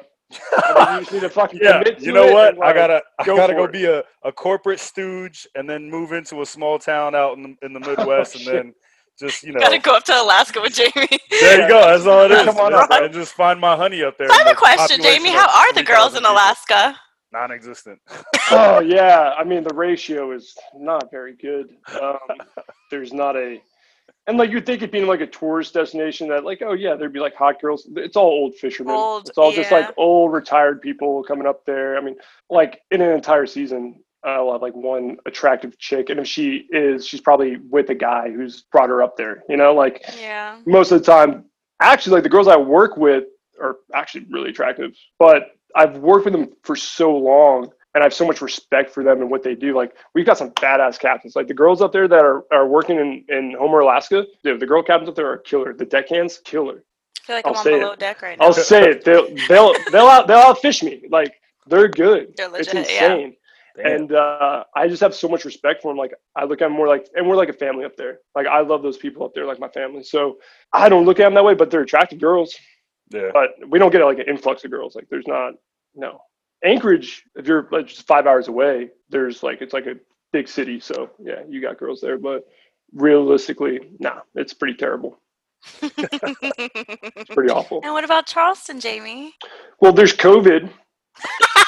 Speaker 1: I think you just need to fucking
Speaker 3: yeah
Speaker 1: commit to
Speaker 3: you know
Speaker 1: it
Speaker 3: what
Speaker 1: and,
Speaker 3: I
Speaker 1: like,
Speaker 3: gotta I
Speaker 1: go
Speaker 3: gotta
Speaker 1: for
Speaker 3: go
Speaker 1: it.
Speaker 3: be a, a corporate stooge and then move into a small town out in the, in the Midwest and
Speaker 1: Oh, shit.
Speaker 3: then just you know
Speaker 2: gotta go up to Alaska with Jamie.
Speaker 3: there you go that's all it is
Speaker 1: Come on
Speaker 3: man.
Speaker 1: up, bro.
Speaker 3: and just find my honey up there
Speaker 2: I
Speaker 3: in
Speaker 2: have a
Speaker 3: the
Speaker 2: question,
Speaker 3: population
Speaker 2: Jamie.
Speaker 3: of
Speaker 2: How are the girls
Speaker 3: 3,000
Speaker 2: in
Speaker 3: people.
Speaker 2: Alaska?
Speaker 3: non-existent
Speaker 1: Oh yeah, I mean the ratio is not very good. Um, there's not a, and like you'd think it being like a tourist destination that like oh yeah there'd be like hot girls. It's all old fishermen.
Speaker 2: Old,
Speaker 1: it's all just like
Speaker 2: yeah.
Speaker 1: old retired people coming up there. I mean like in an entire season I'll have like one attractive chick, and if she is, she's probably with a guy who's brought her up there. You know, like
Speaker 2: Yeah.
Speaker 1: most of the time actually like the girls i work with are actually really attractive but I've worked with them for so long and I have so much respect for them and what they do. Like we've got some badass captains. Like the girls up there that are, are working in, in Homer, Alaska, dude, the girl captains up there are killer. The deckhands, killer.
Speaker 2: I feel like
Speaker 1: I'll
Speaker 2: I'm on
Speaker 1: say
Speaker 2: below
Speaker 1: it.
Speaker 2: deck right now.
Speaker 1: I'll say it. They'll they'll they'll out they'll outfish me. Like they're good.
Speaker 2: They're
Speaker 1: It's
Speaker 2: legit, yeah.
Speaker 1: insane. And uh, I just have so much respect for them. Like I look at them more like, and we're like a family up there. Like I love those people up there, like my family. So I don't look at them that way, but they're attractive girls.
Speaker 3: Yeah.
Speaker 1: But we don't get like an influx of girls. Like there's not no Anchorage. If you're like just five hours away, there's like it's like a big city. So yeah, you got girls there, but realistically, nah, it's pretty terrible. It's pretty awful.
Speaker 2: and what about Charleston, Jamie?
Speaker 1: Well, there's COVID.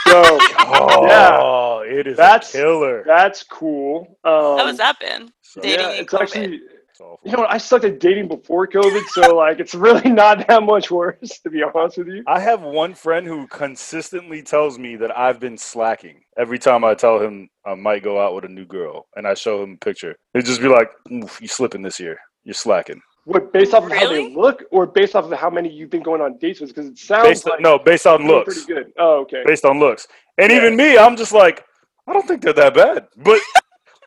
Speaker 1: So
Speaker 3: Oh, it is
Speaker 1: That's-
Speaker 3: a killer.
Speaker 1: that's cool. Um,
Speaker 2: How was that been?
Speaker 3: So-
Speaker 2: Dating
Speaker 1: yeah,
Speaker 2: in
Speaker 1: it's
Speaker 2: COVID.
Speaker 1: actually
Speaker 3: It's awful.
Speaker 1: you know what, I sucked at dating before COVID, so like it's really not that much worse to be honest with you.
Speaker 3: I have one friend who consistently tells me that I've been slacking every time I tell him I might go out with a new girl and I show him a picture. He'd just be like, Oof, you slipping this year. You're slacking.
Speaker 1: What based off of how
Speaker 2: Really?
Speaker 1: they look, or based off of how many you've been going on dates with? Because it sounds
Speaker 3: Based
Speaker 1: like
Speaker 3: no, based on
Speaker 1: you've been
Speaker 3: looks.
Speaker 1: pretty good. Oh, okay.
Speaker 3: Based on looks. And
Speaker 1: Yeah.
Speaker 3: even me, I'm just like, I don't think they're that bad. But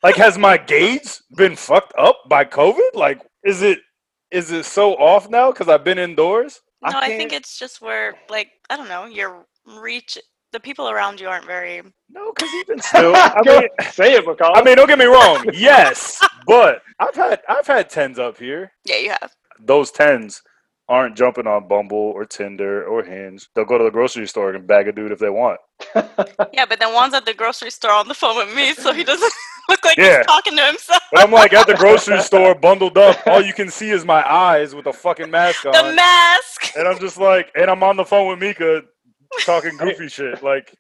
Speaker 3: like has my gauge been fucked up by COVID? Like is it is it so off now cuz I've been indoors?
Speaker 2: No, I, think
Speaker 3: can't-
Speaker 2: it's just where, like, I don't know, your reach, the people around you aren't very.
Speaker 3: No, cuz even still I
Speaker 1: Go-
Speaker 3: mean,
Speaker 1: say it, McCall.
Speaker 3: I mean, don't get me wrong. Yes, but I've had I've had tens up here.
Speaker 2: Yeah, you have.
Speaker 3: Those tens aren't jumping on Bumble or Tinder or Hinge. They'll go to the grocery store and bag a dude if they want.
Speaker 2: Yeah, but then one's at the grocery store on the phone with me, so he doesn't look like
Speaker 3: Yeah.
Speaker 2: he's talking to himself.
Speaker 3: But I'm like at the grocery store, bundled up. All you can see is my eyes with a fucking mask on,
Speaker 2: The mask.
Speaker 3: and I'm just like, and I'm on the phone with Mika, talking goofy shit. Like,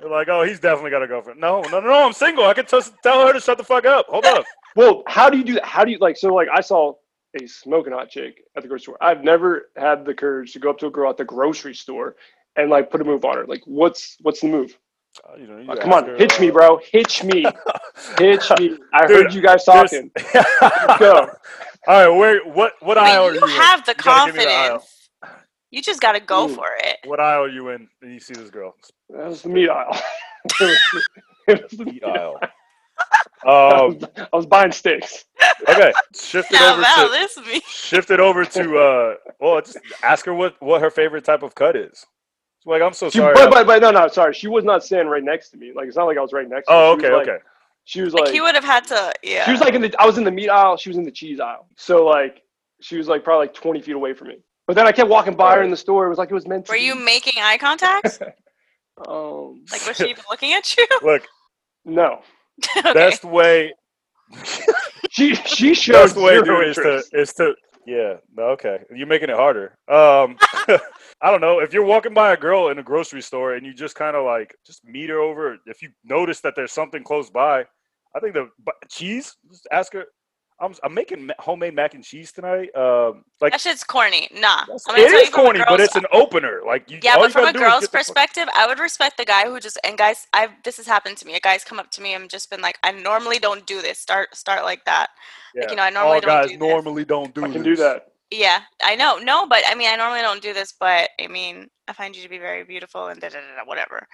Speaker 3: they're like, oh, he's definitely got a girlfriend. No, no, no, no I'm single. I can just tell her to shut the fuck up. Hold up.
Speaker 1: well, how do you do that? How do you like? So like, I saw a smoking hot chick at the grocery store. I've never had the courage to go up to a girl at the grocery store and like put a move on her. Like, what's what's the move?
Speaker 3: Uh, you know, you
Speaker 1: Uh,
Speaker 3: ask
Speaker 1: come on,
Speaker 3: her,
Speaker 1: hitch me,
Speaker 3: uh,
Speaker 1: bro. Hitch me. hitch me. I
Speaker 3: Dude,
Speaker 1: heard you guys
Speaker 3: there's-
Speaker 1: talking. Let's go.
Speaker 3: All right, where what what
Speaker 2: But
Speaker 3: aisle are
Speaker 2: you
Speaker 3: you in?
Speaker 2: have the
Speaker 3: You gotta give me aisle.
Speaker 2: confidence. You just gotta go
Speaker 1: Ooh.
Speaker 2: for it.
Speaker 3: What aisle are you in? And you see this girl.
Speaker 1: That was the meat aisle. It was- it was the meat aisle.
Speaker 3: aisle. um,
Speaker 1: I was buying sticks.
Speaker 3: okay, shift it
Speaker 2: Now
Speaker 3: over
Speaker 2: about
Speaker 3: to
Speaker 2: this me.
Speaker 3: shift it over to uh. Well, just ask her what what her favorite type of cut is. It's like I'm so
Speaker 1: She,
Speaker 3: Oh, sorry. uh,
Speaker 1: but,
Speaker 3: I-
Speaker 1: but, but no, no, sorry. She was not standing right next to me. Like, it's not like I was right next to her.
Speaker 3: oh,
Speaker 1: She
Speaker 3: okay,
Speaker 1: was like-
Speaker 3: okay.
Speaker 1: She was
Speaker 2: Like,
Speaker 1: like,
Speaker 2: he would have had to. Yeah.
Speaker 1: she was like in the, I was in the meat aisle. She was in the cheese aisle. So, like, she was like probably like 20 feet away from me. But then I kept walking by her in the store. It was like it was meant to
Speaker 2: Were
Speaker 1: be.
Speaker 2: you making eye contact?
Speaker 1: Um,
Speaker 2: Like, was she even looking at you?
Speaker 3: Look,
Speaker 1: no.
Speaker 2: okay.
Speaker 3: best way
Speaker 1: She she showed
Speaker 3: best way to do
Speaker 1: zero
Speaker 3: it is to
Speaker 1: interest.
Speaker 3: is to yeah. no, Okay, you're making it harder. Um, I don't know if you're walking by a girl in a grocery store and you just kind of like just meet her over. If you notice that there's something close by, I think the but cheese. Just ask her. I'm I'm making ma- homemade mac and cheese tonight. Um, like
Speaker 2: That shit's corny. Nah.
Speaker 3: that's-
Speaker 2: I'm gonna
Speaker 3: it
Speaker 2: tell you
Speaker 3: is
Speaker 2: from a
Speaker 3: corny, but
Speaker 2: girl's-
Speaker 3: it's an opener. Like you,
Speaker 2: Yeah,
Speaker 3: all
Speaker 2: but
Speaker 3: you
Speaker 2: from
Speaker 3: gotta
Speaker 2: a
Speaker 3: do is
Speaker 2: girl's
Speaker 3: get the fuck-
Speaker 2: perspective, I would respect the guy who just and guys, I've this has happened to me. A guy's come up to me and just been like, "I normally don't do this. Start start like that.
Speaker 3: Yeah.
Speaker 2: Like you know, I normally
Speaker 3: all
Speaker 2: don't
Speaker 3: guys
Speaker 2: do this.
Speaker 3: normally don't do.
Speaker 1: I can
Speaker 3: this.
Speaker 1: do that.
Speaker 2: Yeah, I know. No, but I mean, I normally don't do this, but I mean, I find you to be very beautiful and da da da, da whatever.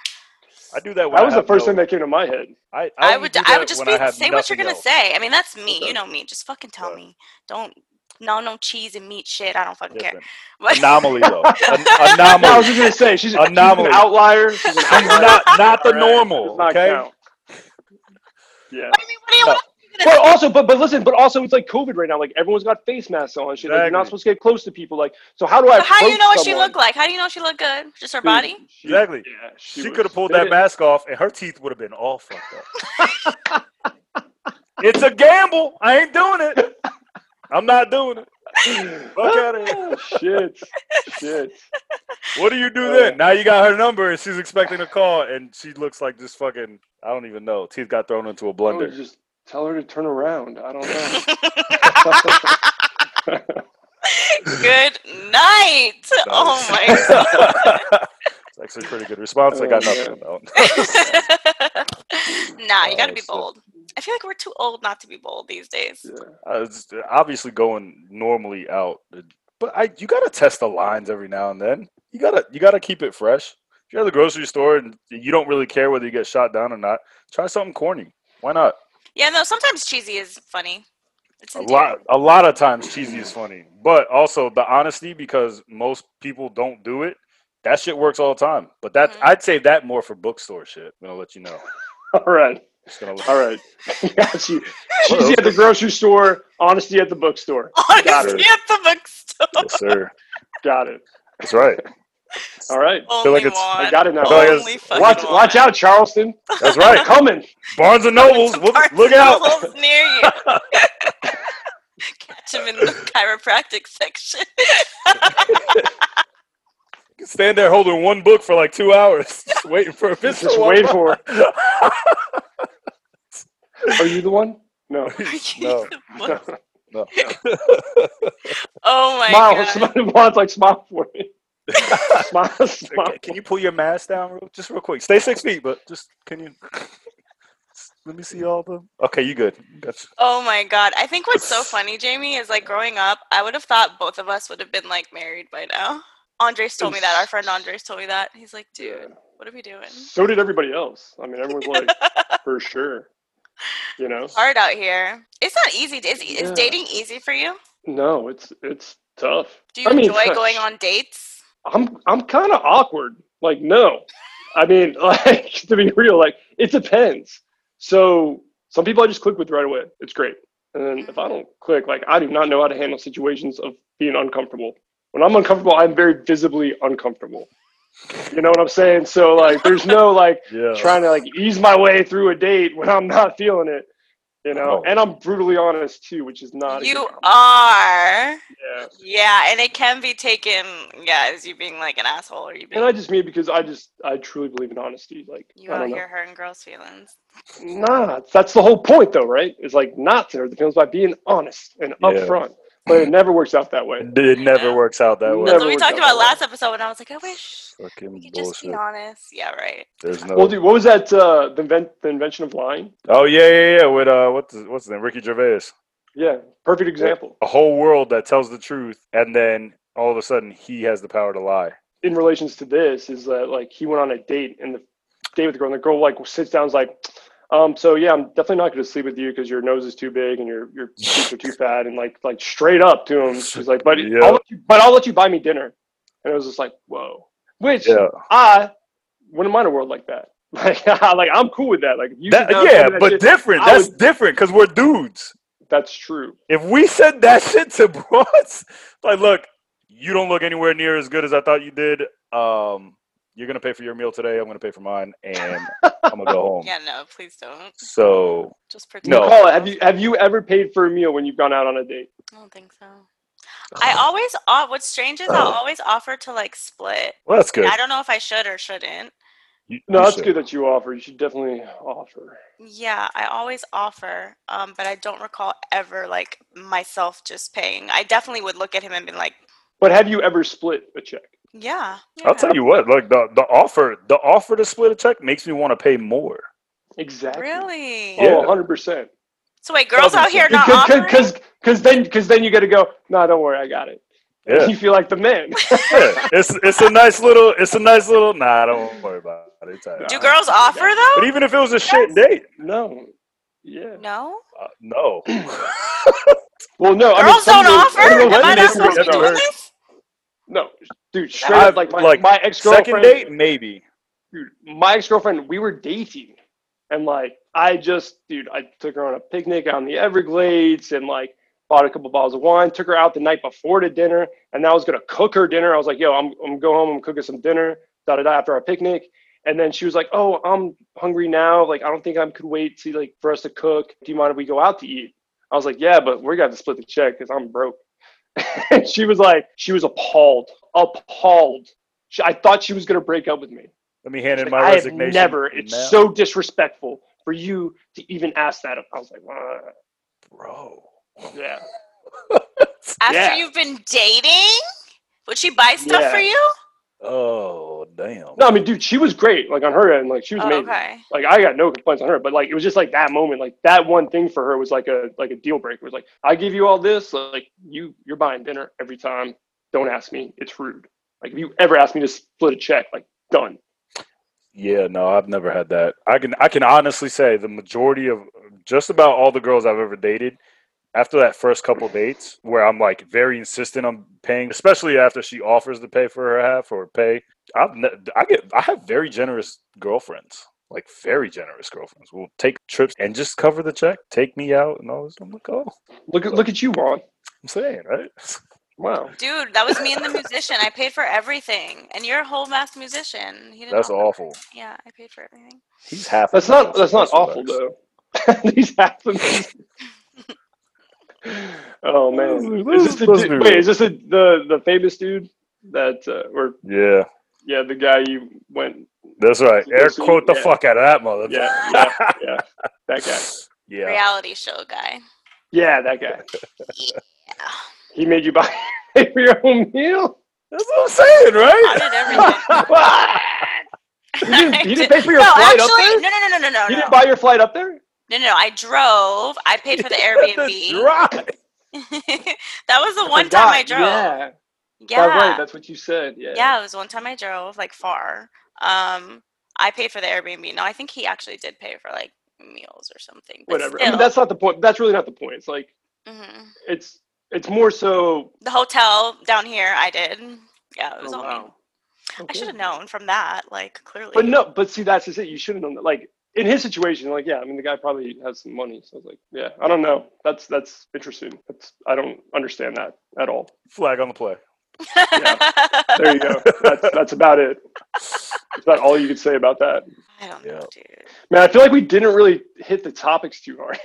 Speaker 3: I do that. When
Speaker 1: That was
Speaker 3: I
Speaker 1: the
Speaker 3: have
Speaker 1: first
Speaker 3: no-
Speaker 1: thing that came to my head.
Speaker 3: I, I,
Speaker 2: I
Speaker 3: only
Speaker 2: would
Speaker 3: do
Speaker 2: I
Speaker 3: that
Speaker 2: would just
Speaker 3: when
Speaker 2: be
Speaker 3: I have
Speaker 2: say what you're
Speaker 3: nothing
Speaker 2: gonna
Speaker 3: else.
Speaker 2: say. I mean, that's me.
Speaker 1: Okay.
Speaker 2: You know me. Just fucking tell
Speaker 3: Yeah.
Speaker 2: me. Don't no no cheese and meat shit. I don't fucking care.
Speaker 3: Listen,
Speaker 2: But
Speaker 3: Anomaly though. An-
Speaker 1: No, I was
Speaker 3: anomaly.
Speaker 1: just gonna say she's, she's an
Speaker 3: Anomaly.
Speaker 1: outlier. She's an
Speaker 3: She's
Speaker 1: outlier.
Speaker 3: not not the
Speaker 1: All right,
Speaker 3: normal.
Speaker 1: does not
Speaker 3: okay.
Speaker 1: count. Yeah.
Speaker 2: I mean, what do you
Speaker 3: No.
Speaker 2: want?
Speaker 1: But also, but but listen, but also, it's like COVID right now. Like everyone's got face masks on and shit. Like, you're
Speaker 3: Exactly.
Speaker 1: not supposed to get close to people. Like, so how do I?
Speaker 2: So how do you
Speaker 1: approach
Speaker 2: know what she
Speaker 1: someone?
Speaker 2: looked like? How do you know she looked good? Just her
Speaker 1: Dude,
Speaker 2: body?
Speaker 1: she-
Speaker 3: Exactly.
Speaker 1: Yeah,
Speaker 3: She,
Speaker 1: was-
Speaker 3: could have pulled
Speaker 1: they
Speaker 3: that
Speaker 1: did-
Speaker 3: mask off, and her teeth would have been all fucked up. it's a gamble. I ain't doing it. I'm not doing it. Fuck out of here.
Speaker 1: shit, shit.
Speaker 3: What do you do then? Now you got her number, and she's expecting a call, and she looks like this fucking. I don't even know. Teeth got thrown into a
Speaker 1: I would
Speaker 3: blender.
Speaker 1: just tell her to turn around. I don't know.
Speaker 2: Good night. Oh my
Speaker 3: it's actually a pretty good response. I
Speaker 1: Oh,
Speaker 3: got nothing. on that one.
Speaker 2: god. nah, you gotta
Speaker 3: Oh,
Speaker 2: be
Speaker 3: shit.
Speaker 2: bold. I feel like we're too old not to be bold these days.
Speaker 1: Yeah.
Speaker 3: Uh, it's obviously going normally uh, out, but I you gotta test the lines every now and then. You gotta you gotta keep it fresh. If you're at the grocery store and you don't really care whether you get shot down or not, try something corny. Why not?
Speaker 2: Yeah, no, sometimes cheesy is funny. It's
Speaker 3: A
Speaker 2: endearing.
Speaker 3: lot, a lot of times, cheesy is funny, but also the honesty because most people don't do it. That shit works all the time. But that
Speaker 2: Mhm.
Speaker 3: I'd save that more for bookstore shit. I'm gonna let you know.
Speaker 1: All right.
Speaker 3: Just gonna let-
Speaker 1: All right. Got you. Cheesy at the grocery store, honesty at the bookstore.
Speaker 2: Honestly, at the bookstore.
Speaker 3: yes, sir.
Speaker 1: Got it.
Speaker 3: That's right.
Speaker 1: All right.
Speaker 3: feel
Speaker 2: Only
Speaker 3: like it's-
Speaker 2: one.
Speaker 1: I got it now.
Speaker 3: I feel like it's-
Speaker 2: Only fucking
Speaker 1: Watch,
Speaker 2: one.
Speaker 1: watch out, Charleston.
Speaker 3: That's right.
Speaker 1: Coming.
Speaker 3: Barnes and Nobles, look,
Speaker 2: Barnes
Speaker 3: look
Speaker 2: and
Speaker 3: out.
Speaker 2: Noble's near you. Catch him in the chiropractic section.
Speaker 3: Stand there holding one book for like two hours, just waiting for a bitch
Speaker 1: Just
Speaker 3: to walk
Speaker 1: wait
Speaker 3: by.
Speaker 1: for. Are you the one? No.
Speaker 3: No.
Speaker 1: No.
Speaker 3: No.
Speaker 2: Oh my
Speaker 1: Smile.
Speaker 2: god.
Speaker 1: Somebody wants like smile for me. smile. Smile.
Speaker 3: Okay, can you pull your mask down real, just real quick? Stay six feet, but just can you? Let me see all the. Okay, you good? Gotcha.
Speaker 2: Oh my god. I think what's so funny, Jamie, is like growing up, I would have thought both of us would have been like married by now. Andres told me that. Our friend Andres told me that. He's like, dude, what are we doing?
Speaker 1: So did everybody else. I mean, everyone's like, for sure. You know?
Speaker 2: Hard out here. It's not easy. Is, is
Speaker 1: Yeah.
Speaker 2: dating easy for you?
Speaker 1: No, it's it's tough.
Speaker 2: Do you
Speaker 1: I mean,
Speaker 2: enjoy
Speaker 1: gosh.
Speaker 2: going on dates?
Speaker 1: I'm I'm kind of awkward. Like no, I mean like to be real, like it depends. So some people I just click with right away. It's great. And then if I don't click, like I do not know how to handle situations of being uncomfortable. When I'm uncomfortable, I'm very visibly uncomfortable. You know what I'm saying? So like there's no like
Speaker 3: Yeah.
Speaker 1: trying to like ease my way through a date when I'm not feeling it. You know,
Speaker 3: Oh.
Speaker 1: and I'm brutally honest too, which is not a good
Speaker 2: You
Speaker 1: combo.
Speaker 2: are.
Speaker 1: Yeah.
Speaker 2: Yeah, and it can be taken, yeah, as you being like an asshole or you being.
Speaker 1: And I just mean because I just I truly believe in honesty. Like
Speaker 2: you
Speaker 1: I
Speaker 2: out
Speaker 1: don't know.
Speaker 2: here hurting girls' feelings.
Speaker 1: Nah, that's the whole point, though, right? It's like not to hurt the feelings by being honest and
Speaker 3: Yeah.
Speaker 1: upfront. But it never works out that way.
Speaker 3: It never works out that way.
Speaker 2: That's
Speaker 1: Never
Speaker 2: what we
Speaker 1: works
Speaker 2: talked
Speaker 1: out
Speaker 2: about
Speaker 1: that way.
Speaker 2: last episode, and I was like, I wish we
Speaker 3: Fucking
Speaker 2: could just be
Speaker 3: bullshit.
Speaker 2: honest. Yeah, right.
Speaker 3: There's no.
Speaker 1: Well, dude, what was that? Uh, the invent, the invention of lying.
Speaker 3: oh yeah, yeah, yeah. With uh, what's his- what's his name? Ricky Gervais.
Speaker 1: Yeah, perfect example
Speaker 3: A whole world that tells the truth, and then all of a sudden he has the power to lie.
Speaker 1: in relations to this is that like he went on a date and the date with the girl, and the girl like sits down, and is like, um, so yeah, I'm definitely not going to sleep with you because your nose is too big and your your cheeks are too fat, and like like straight up to him, she's like, but
Speaker 3: Yeah.
Speaker 1: I'll let you, but I'll let you buy me dinner, and it was just like, whoa, which.
Speaker 3: Yeah.
Speaker 1: I wouldn't mind a world like that. Like, like I'm cool with that. Like, you
Speaker 3: That,
Speaker 1: sit down
Speaker 3: yeah,
Speaker 1: and do that
Speaker 3: but
Speaker 1: shit,
Speaker 3: different.
Speaker 1: I
Speaker 3: That's different because we're dudes.
Speaker 1: that's true.
Speaker 3: If we said that shit to broads, like, look, you don't look anywhere near as good as I thought you did. Um, you're gonna pay for your meal today. I'm gonna pay for mine, and I'm gonna go home.
Speaker 2: Yeah, no, please don't.
Speaker 3: So
Speaker 2: Just
Speaker 1: You
Speaker 2: pretend.
Speaker 3: No.
Speaker 1: Call it. Have you have you ever paid for a meal when you've gone out on a date?
Speaker 2: I don't think so. I always, uh, what's strange is I
Speaker 3: Oh.
Speaker 2: always offer to like split.
Speaker 3: well, that's good.
Speaker 2: I don't know if I should or shouldn't.
Speaker 3: You-
Speaker 1: No,
Speaker 3: you
Speaker 1: that's
Speaker 3: should.
Speaker 1: good that you offer. You should definitely offer.
Speaker 2: Yeah, I always offer, um, but I don't recall ever like myself just paying. I definitely would look at him and be like,
Speaker 1: But have you ever split a check?
Speaker 2: yeah. yeah.
Speaker 3: I'll tell you what, like the, the offer, the offer to split a check makes me want to pay more.
Speaker 1: Exactly.
Speaker 2: Really?
Speaker 1: Oh,
Speaker 3: Yeah.
Speaker 1: 100 percent.
Speaker 2: So wait, girls out here not offering?
Speaker 1: Because because then because then you got to go. No, don't worry, I got it.
Speaker 3: Yeah,
Speaker 1: You feel like the man.
Speaker 3: yeah. it's it's a nice little, it's a nice little. Nah, I don't worry about it. It's all right.
Speaker 1: uh,
Speaker 2: Do girls offer
Speaker 3: But
Speaker 2: though?
Speaker 3: even if it was a shit date,
Speaker 1: no. Yeah.
Speaker 2: No.
Speaker 3: uh, no.
Speaker 1: Well, no. I mean,
Speaker 2: Girls
Speaker 1: some
Speaker 2: don't
Speaker 1: of the-
Speaker 2: offer.
Speaker 1: some of the
Speaker 2: Am I
Speaker 1: ladies
Speaker 2: not
Speaker 3: that's
Speaker 1: will
Speaker 2: supposed to be
Speaker 3: what
Speaker 1: go,
Speaker 3: I've
Speaker 2: doing
Speaker 3: heard.
Speaker 2: this?
Speaker 1: No, dude. Straight up,
Speaker 3: I've,
Speaker 1: like my,
Speaker 3: like,
Speaker 1: my ex
Speaker 3: Second
Speaker 1: girlfriend.
Speaker 3: date, maybe.
Speaker 1: dude, my ex girlfriend, we were dating, and like I just, dude, I took her on a picnic out in the Everglades, and like bought a couple bottles of wine, took her out the night before to dinner, and I was gonna cook her dinner. I was like, yo, I'm I'm go home, I'm cooking some dinner, da da da, after our picnic. And then she was like, oh, I'm hungry now. Like I don't think I could wait to like for us to cook. Do you mind if we go out to eat? I was like, yeah, but we're gonna have to split the check because I'm broke. and she was like, she was appalled, appalled. She, I thought she was gonna break up with me.
Speaker 3: Let me hand in
Speaker 1: Like,
Speaker 3: my
Speaker 1: I have
Speaker 3: resignation.
Speaker 1: never. It's
Speaker 3: now.
Speaker 1: so disrespectful for you to even ask that. I was like, "Uh,
Speaker 3: bro.
Speaker 1: yeah.
Speaker 2: After
Speaker 1: Yeah.
Speaker 2: you've been dating, would she buy stuff for
Speaker 1: Yeah.
Speaker 2: you?
Speaker 3: Oh damn.
Speaker 1: No, I mean, dude, she was great. Like on her end, like she was
Speaker 2: Oh,
Speaker 1: amazing.
Speaker 2: okay.
Speaker 1: Like I got no complaints on her, but like it was just like that moment, like that one thing for her was like a like a deal breaker. It was like I give you all this, like you you're buying dinner every time. Don't ask me. It's rude. Like if you ever ask me to split a check, like done.
Speaker 3: Yeah, no, I've never had that. I can I can honestly say the majority of just about all the girls I've ever dated after that first couple dates where I'm like very insistent on paying, especially after she offers to pay for her half or pay. I've ne- I get I have very generous girlfriends, like very generous girlfriends. Will take trips and just cover the check, take me out and all this. I'm like, oh,
Speaker 1: Look at look at you, Juan.
Speaker 3: I'm saying right.
Speaker 1: Wow.
Speaker 2: Dude, that was me and the musician. I paid for everything, and you're a whole mass musician. He didn't
Speaker 3: That's
Speaker 2: offer-
Speaker 3: awful.
Speaker 2: Yeah, I paid for everything.
Speaker 3: He's half.
Speaker 1: That's
Speaker 3: the
Speaker 1: not
Speaker 3: price.
Speaker 1: that's not
Speaker 3: what
Speaker 1: awful
Speaker 3: that is.
Speaker 1: though. These happen. oh man.
Speaker 3: Those-
Speaker 1: Is this the,
Speaker 3: those
Speaker 1: du-
Speaker 3: be
Speaker 1: wait,
Speaker 3: real.
Speaker 1: is this the, the the famous dude that uh, or
Speaker 3: Yeah,
Speaker 1: yeah, the guy you went
Speaker 3: that's right.
Speaker 1: You
Speaker 3: Eric,
Speaker 1: see-
Speaker 3: quote the
Speaker 1: yeah.
Speaker 3: fuck out of that mother.
Speaker 1: yeah, yeah, yeah. That guy.
Speaker 3: yeah.
Speaker 2: Reality show guy.
Speaker 1: Yeah, that guy.
Speaker 2: Yeah.
Speaker 1: He made you buy your own meal?
Speaker 3: That's what I'm saying,
Speaker 2: I
Speaker 3: right?
Speaker 2: did everything.
Speaker 1: you didn't, you didn't pay for your
Speaker 2: no,
Speaker 1: flight up there?
Speaker 2: actually, no, no, no, no, no,
Speaker 1: you
Speaker 2: no.
Speaker 1: didn't buy your flight up there?
Speaker 2: no, no, no. I drove. I paid for the Airbnb.
Speaker 3: Right.
Speaker 2: that was the one time I
Speaker 1: Forgot,
Speaker 2: drove.
Speaker 1: Yeah.
Speaker 2: Yeah.
Speaker 1: By the way, that's what you said. Yeah.
Speaker 2: Yeah, it was one time I drove like far. Um, I paid for the Airbnb. No, I think he actually did pay for like meals or something. But
Speaker 1: Whatever. I
Speaker 2: Still,
Speaker 1: mean, that's not the point. That's really not the point. It's like
Speaker 2: mhm.
Speaker 1: it's it's more so.
Speaker 2: the hotel down here. I did. Yeah, it was
Speaker 1: Oh,
Speaker 2: all me.
Speaker 1: wow.
Speaker 2: I
Speaker 1: Okay.
Speaker 2: should have known from that. Like clearly.
Speaker 1: But no, but see, that's just it. You should have known that. Like in his situation, like yeah, I mean, the guy probably has some money, so it's like yeah, I don't know. That's that's interesting. That's I don't understand that at all.
Speaker 3: Flag on the play.
Speaker 1: There you go. that's that's about it. That's about all you could say about that.
Speaker 2: I don't
Speaker 3: Yeah.
Speaker 2: know, dude.
Speaker 1: Man, I feel like we didn't really hit the topics too hard.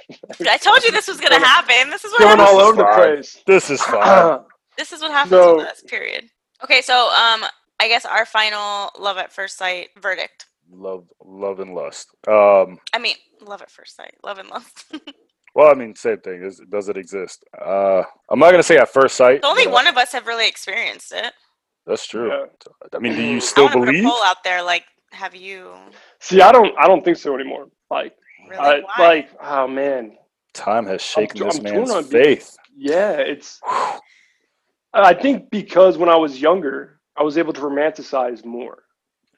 Speaker 2: I told you this was gonna happen. This is what
Speaker 1: Going
Speaker 2: happens.
Speaker 1: all over the
Speaker 3: fine.
Speaker 1: place.
Speaker 3: This is fine.
Speaker 2: This is what happens
Speaker 1: No.
Speaker 2: with us. Period. Okay, so um, I guess our final love at first sight verdict.
Speaker 3: love, love and lust. Um,
Speaker 2: I mean, love at first sight, love and lust. It's
Speaker 3: well, I mean, same thing. Is, does it exist? Uh, I'm not gonna say at first sight.
Speaker 2: only
Speaker 3: but
Speaker 2: one of us have really experienced it.
Speaker 3: That's true.
Speaker 1: Yeah.
Speaker 3: I mean, do
Speaker 1: I
Speaker 3: you still
Speaker 2: I want to put a
Speaker 3: believe?
Speaker 2: poll out there. Like, have you
Speaker 1: See, I don't I don't think so anymore. Like
Speaker 2: really?
Speaker 1: I,
Speaker 2: Why?
Speaker 1: like oh man,
Speaker 3: Time has shaken
Speaker 1: I'm
Speaker 3: this
Speaker 1: torn
Speaker 3: man's
Speaker 1: on being-
Speaker 3: faith.
Speaker 1: yeah, it's
Speaker 3: Whew.
Speaker 1: Uh, I think because when I was younger, I was able to romanticize more.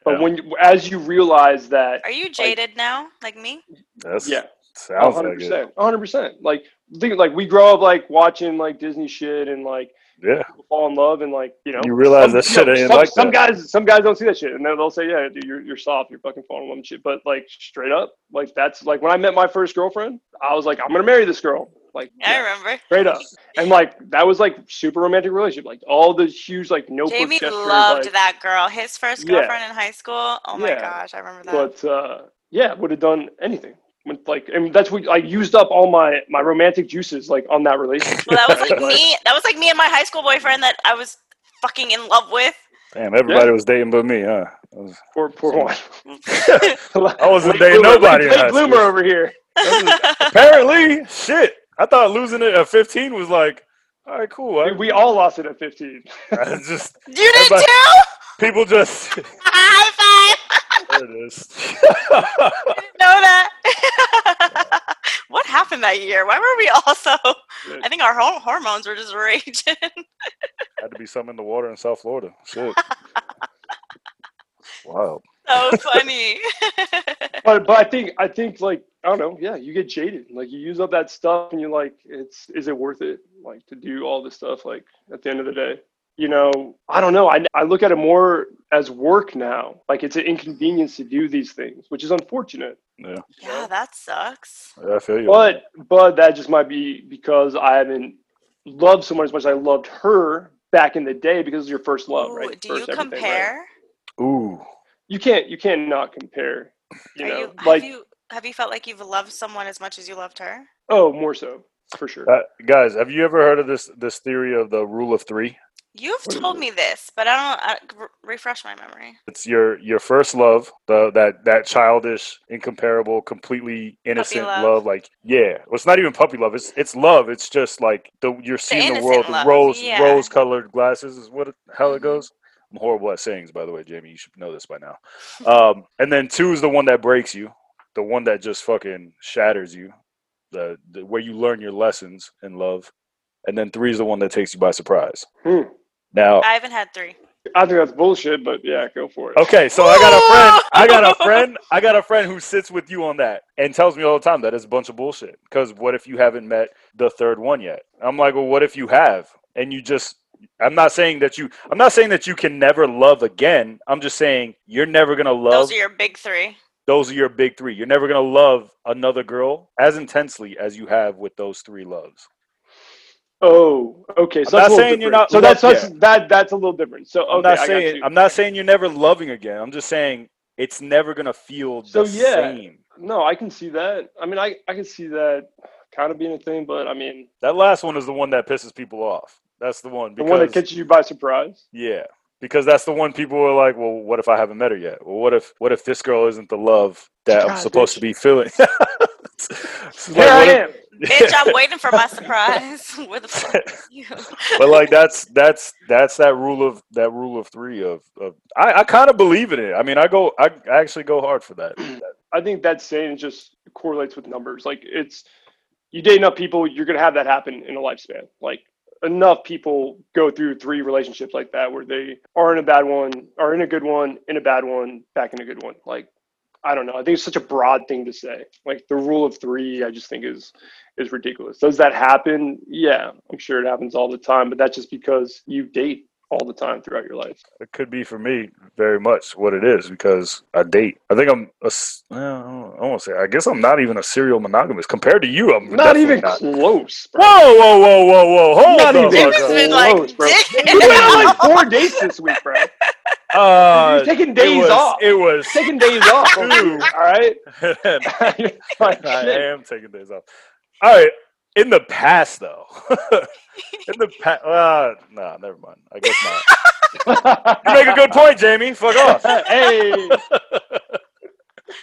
Speaker 1: But
Speaker 3: Yeah.
Speaker 1: when you, as you realize that,
Speaker 2: Are you jaded now, like me?
Speaker 3: That's
Speaker 1: yeah, one
Speaker 3: sounds
Speaker 1: hundred
Speaker 3: like it.
Speaker 1: percent, one hundred percent. Like think like we grow up like watching like Disney shit and like
Speaker 3: Yeah,
Speaker 1: fall in love and like you know
Speaker 3: you realize that
Speaker 1: some-
Speaker 3: shit
Speaker 1: you know,
Speaker 3: ain't
Speaker 1: some,
Speaker 3: like
Speaker 1: some
Speaker 3: that.
Speaker 1: guys some guys don't see that shit and then they'll say yeah dude you're, you're soft you're fucking falling in love and shit but like straight up like that's like when i met my first girlfriend i was like i'm gonna marry this girl like
Speaker 2: I
Speaker 1: yeah,
Speaker 2: remember.
Speaker 1: straight up and like that was like super romantic relationship like all the huge like notebook
Speaker 2: Jamie
Speaker 1: gestures,
Speaker 2: loved
Speaker 1: like-
Speaker 2: that girl. His first
Speaker 1: Yeah.
Speaker 2: girlfriend in high school. Oh my
Speaker 1: Yeah.
Speaker 2: gosh, I remember that.
Speaker 1: but uh yeah would have done anything when, like and that's what i used up all my my romantic juices like on that relationship
Speaker 2: well, that was like me. That was like me and my high school boyfriend that I was fucking in love with.
Speaker 3: Damn, everybody was dating but me, huh? I was-
Speaker 1: for, for one
Speaker 3: I wasn't
Speaker 1: Late
Speaker 3: dating
Speaker 1: bloomer-
Speaker 3: nobody. in
Speaker 1: late
Speaker 3: high school.
Speaker 1: bloomer over here
Speaker 3: Apparently, shit. I thought losing it at 15 was like, all right, cool. I,
Speaker 1: Dude, we all lost it at 15
Speaker 3: I just
Speaker 2: you did
Speaker 3: Everybody-
Speaker 2: too.
Speaker 3: people just there
Speaker 2: High five.
Speaker 3: it is.
Speaker 2: I didn't know that. what happened that year? Why were we all so? I think our hor- hormones were just raging.
Speaker 3: Had to be something in the water in South Florida. Shit. Wow.
Speaker 2: so funny.
Speaker 1: but but I think I think like I don't know, yeah, you get jaded. Like you use up that stuff and you're like, it's is it worth it? Like to do all this stuff like at the end of the day. You know, I don't know. I, I look at it more as work now. Like it's an inconvenience to do these things, which is unfortunate.
Speaker 3: Yeah,
Speaker 2: yeah, that sucks.
Speaker 3: I feel you.
Speaker 1: But but that just might be because I haven't loved someone as much as I loved her back in the day because it's your first love,
Speaker 2: Ooh,
Speaker 1: right?
Speaker 2: Do
Speaker 1: First
Speaker 2: you
Speaker 1: everything, right?
Speaker 2: compare?
Speaker 3: Ooh,
Speaker 1: You can't you can't not compare. You
Speaker 2: Are
Speaker 1: know,
Speaker 2: you, have
Speaker 1: like
Speaker 2: you have you felt like you've loved someone as much as you loved her?
Speaker 1: oh, more so for sure.
Speaker 3: Uh, guys, have you ever heard of this this theory of the rule of three?
Speaker 2: You've
Speaker 1: What is
Speaker 2: told
Speaker 1: it?
Speaker 2: me this, but I don't I, re- refresh my memory.
Speaker 3: It's your your first love, the that that childish, incomparable, completely innocent
Speaker 2: love.
Speaker 3: love. Like, yeah, well, it's not even puppy love. It's it's love. It's just like the you're seeing the
Speaker 2: innocent
Speaker 3: world with
Speaker 2: love,
Speaker 3: rose
Speaker 2: yeah.
Speaker 3: rose colored glasses is what it- how
Speaker 2: Mhm.
Speaker 3: it goes. I'm horrible at sayings, by the way, Jamie. You should know this by now. Um, and then two is the one that breaks you, the one that just fucking shatters you, the, the where you learn your lessons in love. And then three is the one that takes you by surprise.
Speaker 1: Hmm.
Speaker 3: Now,
Speaker 2: I haven't had three.
Speaker 1: I think that's bullshit, but yeah, go for it.
Speaker 3: Okay, so I got a friend. I got a friend. I got a friend who sits with you on that and tells me all the time that it's a bunch of bullshit. Because what if you haven't met the third one yet? I'm like, well, what if you have? And you just. I'm not saying that you. I'm not saying that you can never love again. I'm just saying you're never gonna love.
Speaker 2: Those are your big three.
Speaker 3: those are your big three. You're never gonna love another girl as intensely as you have with those three loves.
Speaker 1: Oh, okay. So that's a
Speaker 3: I'm not
Speaker 1: little
Speaker 3: saying
Speaker 1: different.
Speaker 3: you're not
Speaker 1: So that's,
Speaker 3: loved
Speaker 1: that's that that's a little different. So okay,
Speaker 3: I'm not
Speaker 1: I got
Speaker 3: saying
Speaker 1: you.
Speaker 3: I'm not saying you're never loving again. I'm just saying it's never gonna feel
Speaker 1: So,
Speaker 3: the
Speaker 1: yeah.
Speaker 3: same.
Speaker 1: No, I can see that. I mean, I I can see that kind of being a thing, but I mean,
Speaker 3: That last one is the one that pisses people off. That's the one.
Speaker 1: the
Speaker 3: Because,
Speaker 1: one that catches you by surprise.
Speaker 3: yeah, because that's the one people are like, well, what if I haven't met her yet? Well, what if what if this girl isn't the love that I'm
Speaker 1: God,
Speaker 3: supposed
Speaker 1: bitch.
Speaker 3: to be feeling? It's like,
Speaker 1: Here I
Speaker 3: what if-
Speaker 1: am.
Speaker 2: Bitch, I'm waiting for my surprise. Where the fuck is you?
Speaker 3: but like that's that's that's that rule of that rule of three of, of I, I kind of believe in it. I mean, I go I, I actually go hard for that.
Speaker 1: I think that saying just correlates with numbers. Like it's you date enough people, you're gonna have that happen in a lifespan. Like enough people go through three relationships like that where they are in a bad one, are in a good one, in a bad one, back in a good one. Like I don't know. I think it's such a broad thing to say. Like the rule of three, I just think is is ridiculous. Does that happen? Yeah, I'm sure it happens all the time, but that's just because you date all the time throughout your life.
Speaker 3: It could be for me very much what it is because I date. I think I'm a s- well, I don't- I won't say. I guess I'm not even a serial monogamist compared to you. I'm
Speaker 1: Not
Speaker 3: definitely
Speaker 1: even
Speaker 3: not.
Speaker 1: close, bro.
Speaker 3: Whoa, whoa, whoa, whoa, whoa! Hold
Speaker 1: Not
Speaker 3: the
Speaker 1: even
Speaker 3: fuck
Speaker 2: It's
Speaker 3: up.
Speaker 2: been like, Um,
Speaker 1: Close, bro.
Speaker 2: dick.
Speaker 1: You went on like four dates this week, bro.
Speaker 3: Uh,
Speaker 1: You're taking
Speaker 3: it
Speaker 1: days
Speaker 3: was-
Speaker 1: off.
Speaker 3: It was.
Speaker 1: taking days off. All right. like,
Speaker 3: I
Speaker 1: shit.
Speaker 3: am taking days off. All right. In the past, though. In the past. Uh, nah, never mind. I guess not. You make a good point, Jamie. Fuck off.
Speaker 1: hey.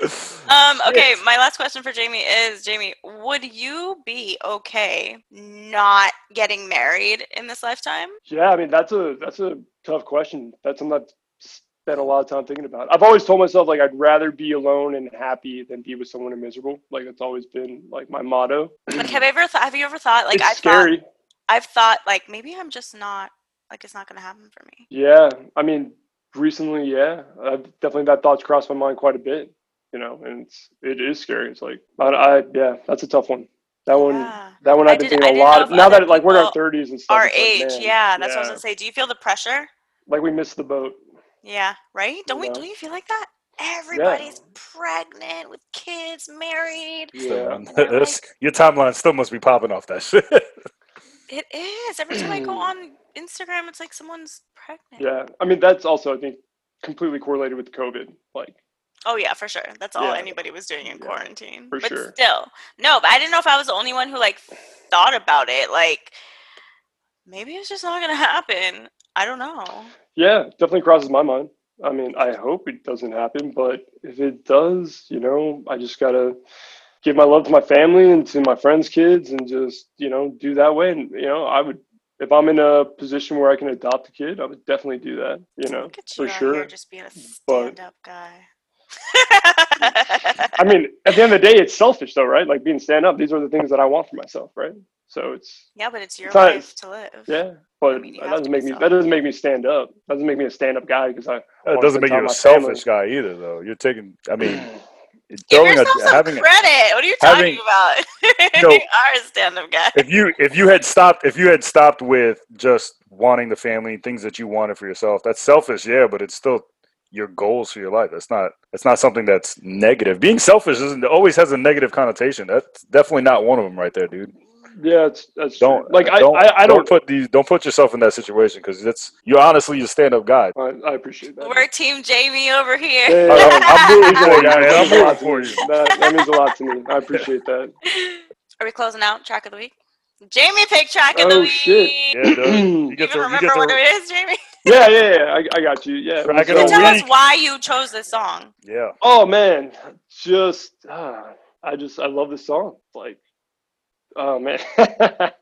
Speaker 2: Um, okay, my last question for Jamie is Jamie, would you be okay not getting married in this lifetime?
Speaker 1: Yeah, I mean that's a that's a tough question. That's something I've spent a lot of time thinking about. I've always told myself like I'd rather be alone and happy than be with someone and miserable. Like that's always been like my motto.
Speaker 2: Like have you ever th- have you ever thought like
Speaker 1: it's
Speaker 2: I've thought
Speaker 1: scary.
Speaker 2: I've thought like maybe I'm just not like it's not gonna happen for me.
Speaker 1: Yeah, I mean recently, yeah, I've definitely that thought's crossed my mind quite a bit. You know, and it's it is scary. It's like I, I yeah, that's a tough one. That one.
Speaker 2: Yeah.
Speaker 1: That one
Speaker 2: I
Speaker 1: I've been
Speaker 2: didn't-
Speaker 1: thinking
Speaker 2: I
Speaker 1: a lot.
Speaker 2: didn't know
Speaker 1: Of,
Speaker 2: if
Speaker 1: now
Speaker 2: other
Speaker 1: that like we're in our
Speaker 2: people
Speaker 1: thirties and stuff.
Speaker 2: Our
Speaker 1: it's like,
Speaker 2: age,
Speaker 1: man,
Speaker 2: yeah, that's what I was gonna say. Do you feel the pressure?
Speaker 1: Like we missed the boat.
Speaker 2: Yeah, right? Don't we
Speaker 1: know?
Speaker 2: don't you feel like that? Everybody's pregnant with kids, married.
Speaker 1: Yeah.
Speaker 3: That's- Your timeline still must be popping off that shit.
Speaker 2: It is. Every time I go on Instagram, it's like someone's pregnant.
Speaker 1: Yeah. I mean, that's also I think completely correlated with COVID. Like,
Speaker 2: Oh yeah, for sure. That's all
Speaker 1: Yeah.
Speaker 2: anybody was doing in
Speaker 1: Yeah,
Speaker 2: quarantine.
Speaker 1: for
Speaker 2: but
Speaker 1: sure.
Speaker 2: still, no. But I didn't know if I was the only one who like thought about it. Like maybe it's just not gonna happen. I don't know.
Speaker 1: yeah, definitely crosses my mind. I mean, I hope it doesn't happen, but if it does, you know, I just gotta give my love to my family and to my friends' kids, and just you know do that way. And you know, I would if I'm in a position where I can adopt a kid, I would definitely do that. You know,
Speaker 2: Look at you
Speaker 1: for
Speaker 2: out
Speaker 1: sure.
Speaker 2: here just being a stand-up guy. I
Speaker 1: I mean, at the end of the day, it's selfish though, right? Like being stand up, these are the things that I want for myself, right? So it's
Speaker 2: yeah, but it's your
Speaker 1: it's not-
Speaker 2: life to live.
Speaker 1: yeah, but
Speaker 2: I mean, you
Speaker 1: that
Speaker 2: have to
Speaker 1: doesn't
Speaker 2: be
Speaker 1: make me that
Speaker 2: selfish.
Speaker 1: doesn't make me stand up. Doesn't make me a stand up guy because I
Speaker 3: It
Speaker 1: wanna
Speaker 3: doesn't
Speaker 1: spend
Speaker 3: make
Speaker 1: time
Speaker 3: you a
Speaker 1: with my family.
Speaker 3: selfish guy either, though. You're taking. I mean,
Speaker 2: Give
Speaker 3: throwing a-
Speaker 2: yourself some
Speaker 3: having a-
Speaker 2: credit. what are you talking
Speaker 3: having-
Speaker 2: about?
Speaker 3: No.
Speaker 2: you are a stand-up guy.
Speaker 3: if you if you had stopped if you had stopped with just wanting the family and things that you wanted for yourself that's selfish yeah but it's still your goals for your life that's not that's not something that's negative being selfish isn't always has a negative connotation that's definitely not one of them right there dude
Speaker 1: Yeah, it's, that's true.
Speaker 3: don't
Speaker 1: like I
Speaker 3: don't,
Speaker 1: I, I don't.
Speaker 3: put these don't put yourself in that situation because that's you're honestly a stand-up guy
Speaker 1: I, I appreciate that.
Speaker 2: We're Team Jamie over here.
Speaker 1: Yeah,
Speaker 3: I- I'm- I'm rooting
Speaker 1: yeah,
Speaker 3: for you,
Speaker 1: yeah,
Speaker 3: man.
Speaker 1: that
Speaker 3: I'm
Speaker 1: means a lot to me. That, that
Speaker 3: rooting for you.
Speaker 1: means a lot to me. I appreciate that.
Speaker 2: Are we closing out track of the week? Jamie picked track of the
Speaker 1: Oh,
Speaker 2: week.
Speaker 1: shit.
Speaker 3: Yeah, it does.
Speaker 1: yeah,
Speaker 3: You
Speaker 2: Do you
Speaker 3: get
Speaker 2: even
Speaker 3: to- you
Speaker 2: remember
Speaker 3: get to-
Speaker 2: what it is, Jamie?
Speaker 1: yeah, yeah. I, I got you. Yeah.
Speaker 3: Track
Speaker 1: so-
Speaker 3: it The
Speaker 2: Can you tell us
Speaker 3: week.
Speaker 2: why you chose this song?
Speaker 3: yeah
Speaker 1: Oh man, just ah, I just I love this song. Like, oh man,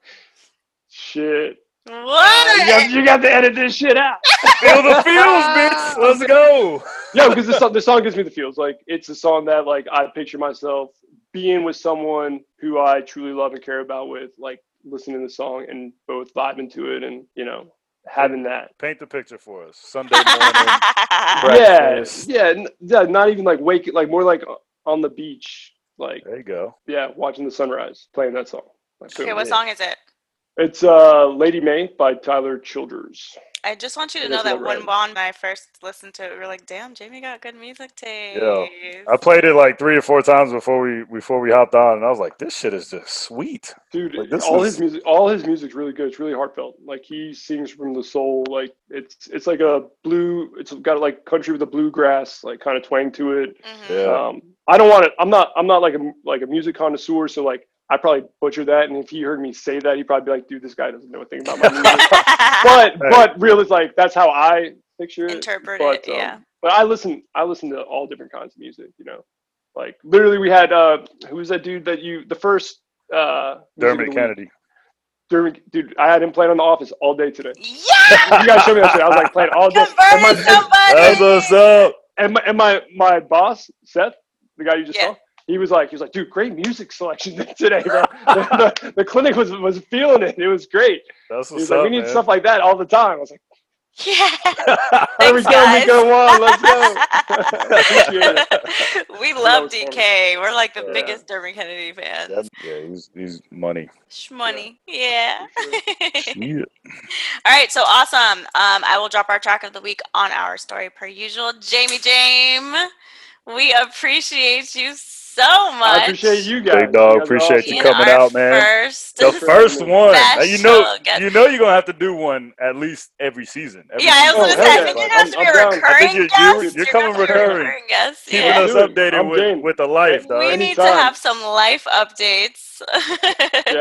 Speaker 1: shit.
Speaker 3: Uh,
Speaker 1: You got,
Speaker 2: What?
Speaker 1: you got to edit this shit out.
Speaker 3: feel the feels bitch let's go
Speaker 1: yeah, because the song, the song gives me the feels. Like it's a song that like I picture myself being with someone who I truly love and care about with, like listening to the song and both vibing to it and you know having that.
Speaker 3: Paint the picture for us. Sunday morning. Breakfast.
Speaker 1: Yeah, yeah, n- yeah. Not even like waking, like more like uh, on the beach, like
Speaker 3: There you go.
Speaker 1: yeah, watching the sunrise, playing that song. Like,
Speaker 2: okay,
Speaker 1: boom.
Speaker 2: what song is it?
Speaker 1: It's uh, "Lady May" by Tyler Childers.
Speaker 2: I just want you to
Speaker 1: It
Speaker 2: know
Speaker 1: is
Speaker 2: that
Speaker 1: not
Speaker 2: when
Speaker 1: red.
Speaker 2: Bond and I first listened to it, we were like, damn, Jamie got good music taste.
Speaker 3: I played it like three or four times before we before we hopped on, and I was like, "This shit is just sweet."
Speaker 1: Dude,
Speaker 3: Like, this
Speaker 1: all
Speaker 3: is-
Speaker 1: his music, all his music's really good. It's really heartfelt. Like he sings from the soul. Like it's it's like a blue. It's got like country with a bluegrass like kind of twang to it.
Speaker 2: Mhm.
Speaker 3: Yeah.
Speaker 1: Um, I don't want to. I'm not. I'm not like a like a music connoisseur. So like I probably butcher that. And if he heard me say that, he'd probably be like, "Dude, this guy doesn't know a thing about my music." but
Speaker 3: Right.
Speaker 1: but real is like that's how I picture it.
Speaker 2: Interpret
Speaker 1: but,
Speaker 2: it,
Speaker 1: um,
Speaker 2: yeah.
Speaker 1: But I listen. I listen to all different kinds of music. You know, like literally we had uh, who was that dude that you the first uh music of the
Speaker 3: Dermot
Speaker 1: week-
Speaker 3: Kennedy.
Speaker 1: Dermot, dude, I had him playing on The Office all day today.
Speaker 2: Yeah!
Speaker 1: You guys showed me that shit. I was like playing all day. And
Speaker 2: Converted
Speaker 1: my,
Speaker 2: somebody!
Speaker 3: That's what's up.
Speaker 1: and my and my my boss Seth, the guy you just
Speaker 2: Yeah.
Speaker 1: saw, he was like, he was like, dude, great music selection today, bro. the, the, the clinic was was feeling it. It was great.
Speaker 3: That's
Speaker 1: He
Speaker 3: what's
Speaker 1: was like,
Speaker 3: up.
Speaker 1: we need
Speaker 3: man.
Speaker 1: stuff like that all the time. I was like,
Speaker 2: Yeah.
Speaker 1: there we
Speaker 2: Thanks,
Speaker 1: go,
Speaker 2: guys.
Speaker 1: we go on, let's go. Appreciate it.
Speaker 2: we
Speaker 1: That
Speaker 2: love
Speaker 1: was funny.
Speaker 2: DK. We're like the
Speaker 1: Yeah.
Speaker 2: biggest Dermot Kennedy fans.
Speaker 3: That- yeah, he's he's money.
Speaker 2: Shmoney. Yeah.
Speaker 3: Shit.
Speaker 2: All right. So awesome. Um, I will drop our track of the week on our story per usual. Jamie Jame, we appreciate you so much.
Speaker 1: I appreciate you guys.
Speaker 3: Big
Speaker 1: You guys
Speaker 3: dog,
Speaker 1: are awesome.
Speaker 3: appreciate you
Speaker 2: Being
Speaker 3: coming
Speaker 2: our
Speaker 3: out, man.
Speaker 2: First.
Speaker 3: The first one. Now, you know,
Speaker 2: Special guest.
Speaker 3: you know, you're gonna have to do one at least every season. Every
Speaker 2: yeah, I was
Speaker 3: season.
Speaker 1: Oh,
Speaker 2: gonna say.
Speaker 1: hell
Speaker 2: I think
Speaker 1: yeah.
Speaker 2: you're gonna have to be
Speaker 1: I'm
Speaker 2: a
Speaker 1: down. I
Speaker 2: recurring
Speaker 3: think you're-
Speaker 2: guest.
Speaker 3: you're- you're
Speaker 2: gonna
Speaker 3: coming
Speaker 2: have to be a
Speaker 3: recurring.
Speaker 2: guest.
Speaker 3: Keeping
Speaker 2: yeah.
Speaker 3: us
Speaker 1: Dude,
Speaker 3: updated
Speaker 1: I'm game.
Speaker 3: with, with the life,
Speaker 1: We
Speaker 3: dog.
Speaker 2: We need to
Speaker 1: Anytime.
Speaker 2: have some life updates.
Speaker 1: Yeah,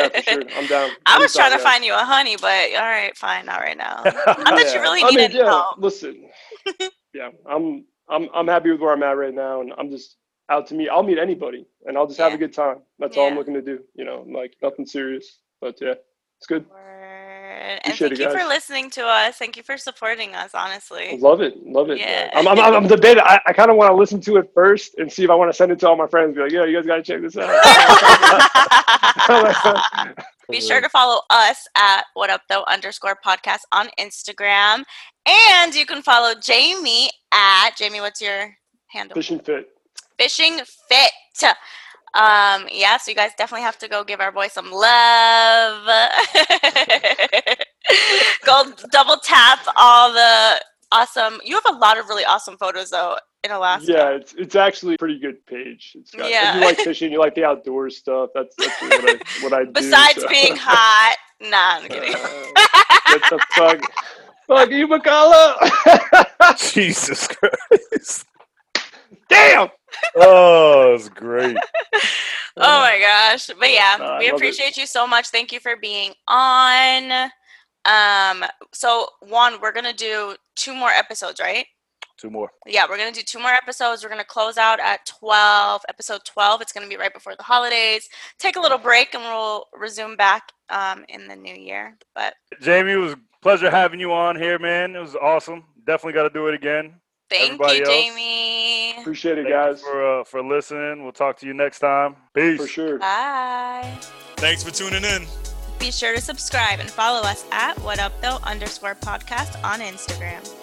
Speaker 1: for sure. I'm down.
Speaker 2: I was trying to
Speaker 1: Anytime,
Speaker 2: find you a honey, but all right, fine, not right now.
Speaker 1: guys.
Speaker 2: Not that you really
Speaker 1: I
Speaker 2: need
Speaker 1: mean,
Speaker 2: any
Speaker 1: yeah,
Speaker 2: help.
Speaker 1: Listen, yeah, I'm I'm I'm happy with where I'm at right now, and I'm just out to meet. I'll meet anybody, and I'll just have
Speaker 2: Yeah.
Speaker 1: a good time. That's all I'm
Speaker 2: Yeah.
Speaker 1: looking to do. You know, like nothing serious, but yeah, it's good.
Speaker 2: Word. And
Speaker 1: Appreciate
Speaker 2: thank
Speaker 1: it,
Speaker 2: you for
Speaker 1: guys.
Speaker 2: listening to us. Thank you for supporting us,
Speaker 1: I
Speaker 2: honestly.
Speaker 1: Love it, love it.
Speaker 2: Yeah.
Speaker 1: I'm, I'm, I'm, I'm debating. I, I kind of want to listen to it first and see if I want to send it to all my friends. Be like, yeah, you guys got to check this out.
Speaker 2: Be sure to follow us at what up though underscore podcast on Instagram. And you can follow Jamie at Jamie, what's your handle?
Speaker 1: fishing fit.
Speaker 2: Fishing Fit. Um, yeah, so you guys definitely have to go give our boy some love. go double tap all the awesome. You have a lot of really awesome photos though in Alaska.
Speaker 1: Yeah, it's it's actually a pretty good page. It's got, If
Speaker 2: Yeah.
Speaker 1: you like fishing, you like the outdoor stuff. That's, that's what, I, what I do.
Speaker 2: Besides
Speaker 1: so.
Speaker 2: being hot. Nah, I'm kidding.
Speaker 1: Uh, what the fuck? Fuck you, McCullough!
Speaker 3: Jesus Christ.
Speaker 1: Damn!
Speaker 3: Oh, it's great.
Speaker 2: oh my gosh. But yeah,
Speaker 1: Nah, I
Speaker 2: we
Speaker 1: love it.
Speaker 2: appreciate you so much. Thank you for being on. Um, so Juan, we're gonna do two more episodes, right?
Speaker 3: Two more.
Speaker 2: yeah, we're gonna do two more episodes. We're gonna close out at twelve, episode twelve. It's gonna be right before the holidays. Take a little break, and we'll resume back um, in the new year. But
Speaker 3: Jamie, it was a pleasure having you on here, man. It was awesome. Definitely got to do it again.
Speaker 2: thank
Speaker 3: Everybody
Speaker 2: you,
Speaker 3: else?
Speaker 2: Jamie.
Speaker 1: Appreciate it,
Speaker 3: Thank
Speaker 1: guys.
Speaker 3: you for uh, for listening. We'll talk to you next time. Peace.
Speaker 1: For sure.
Speaker 2: Bye.
Speaker 4: Thanks for tuning in.
Speaker 2: Be sure to subscribe and follow us at What Up Though underscore podcast on Instagram.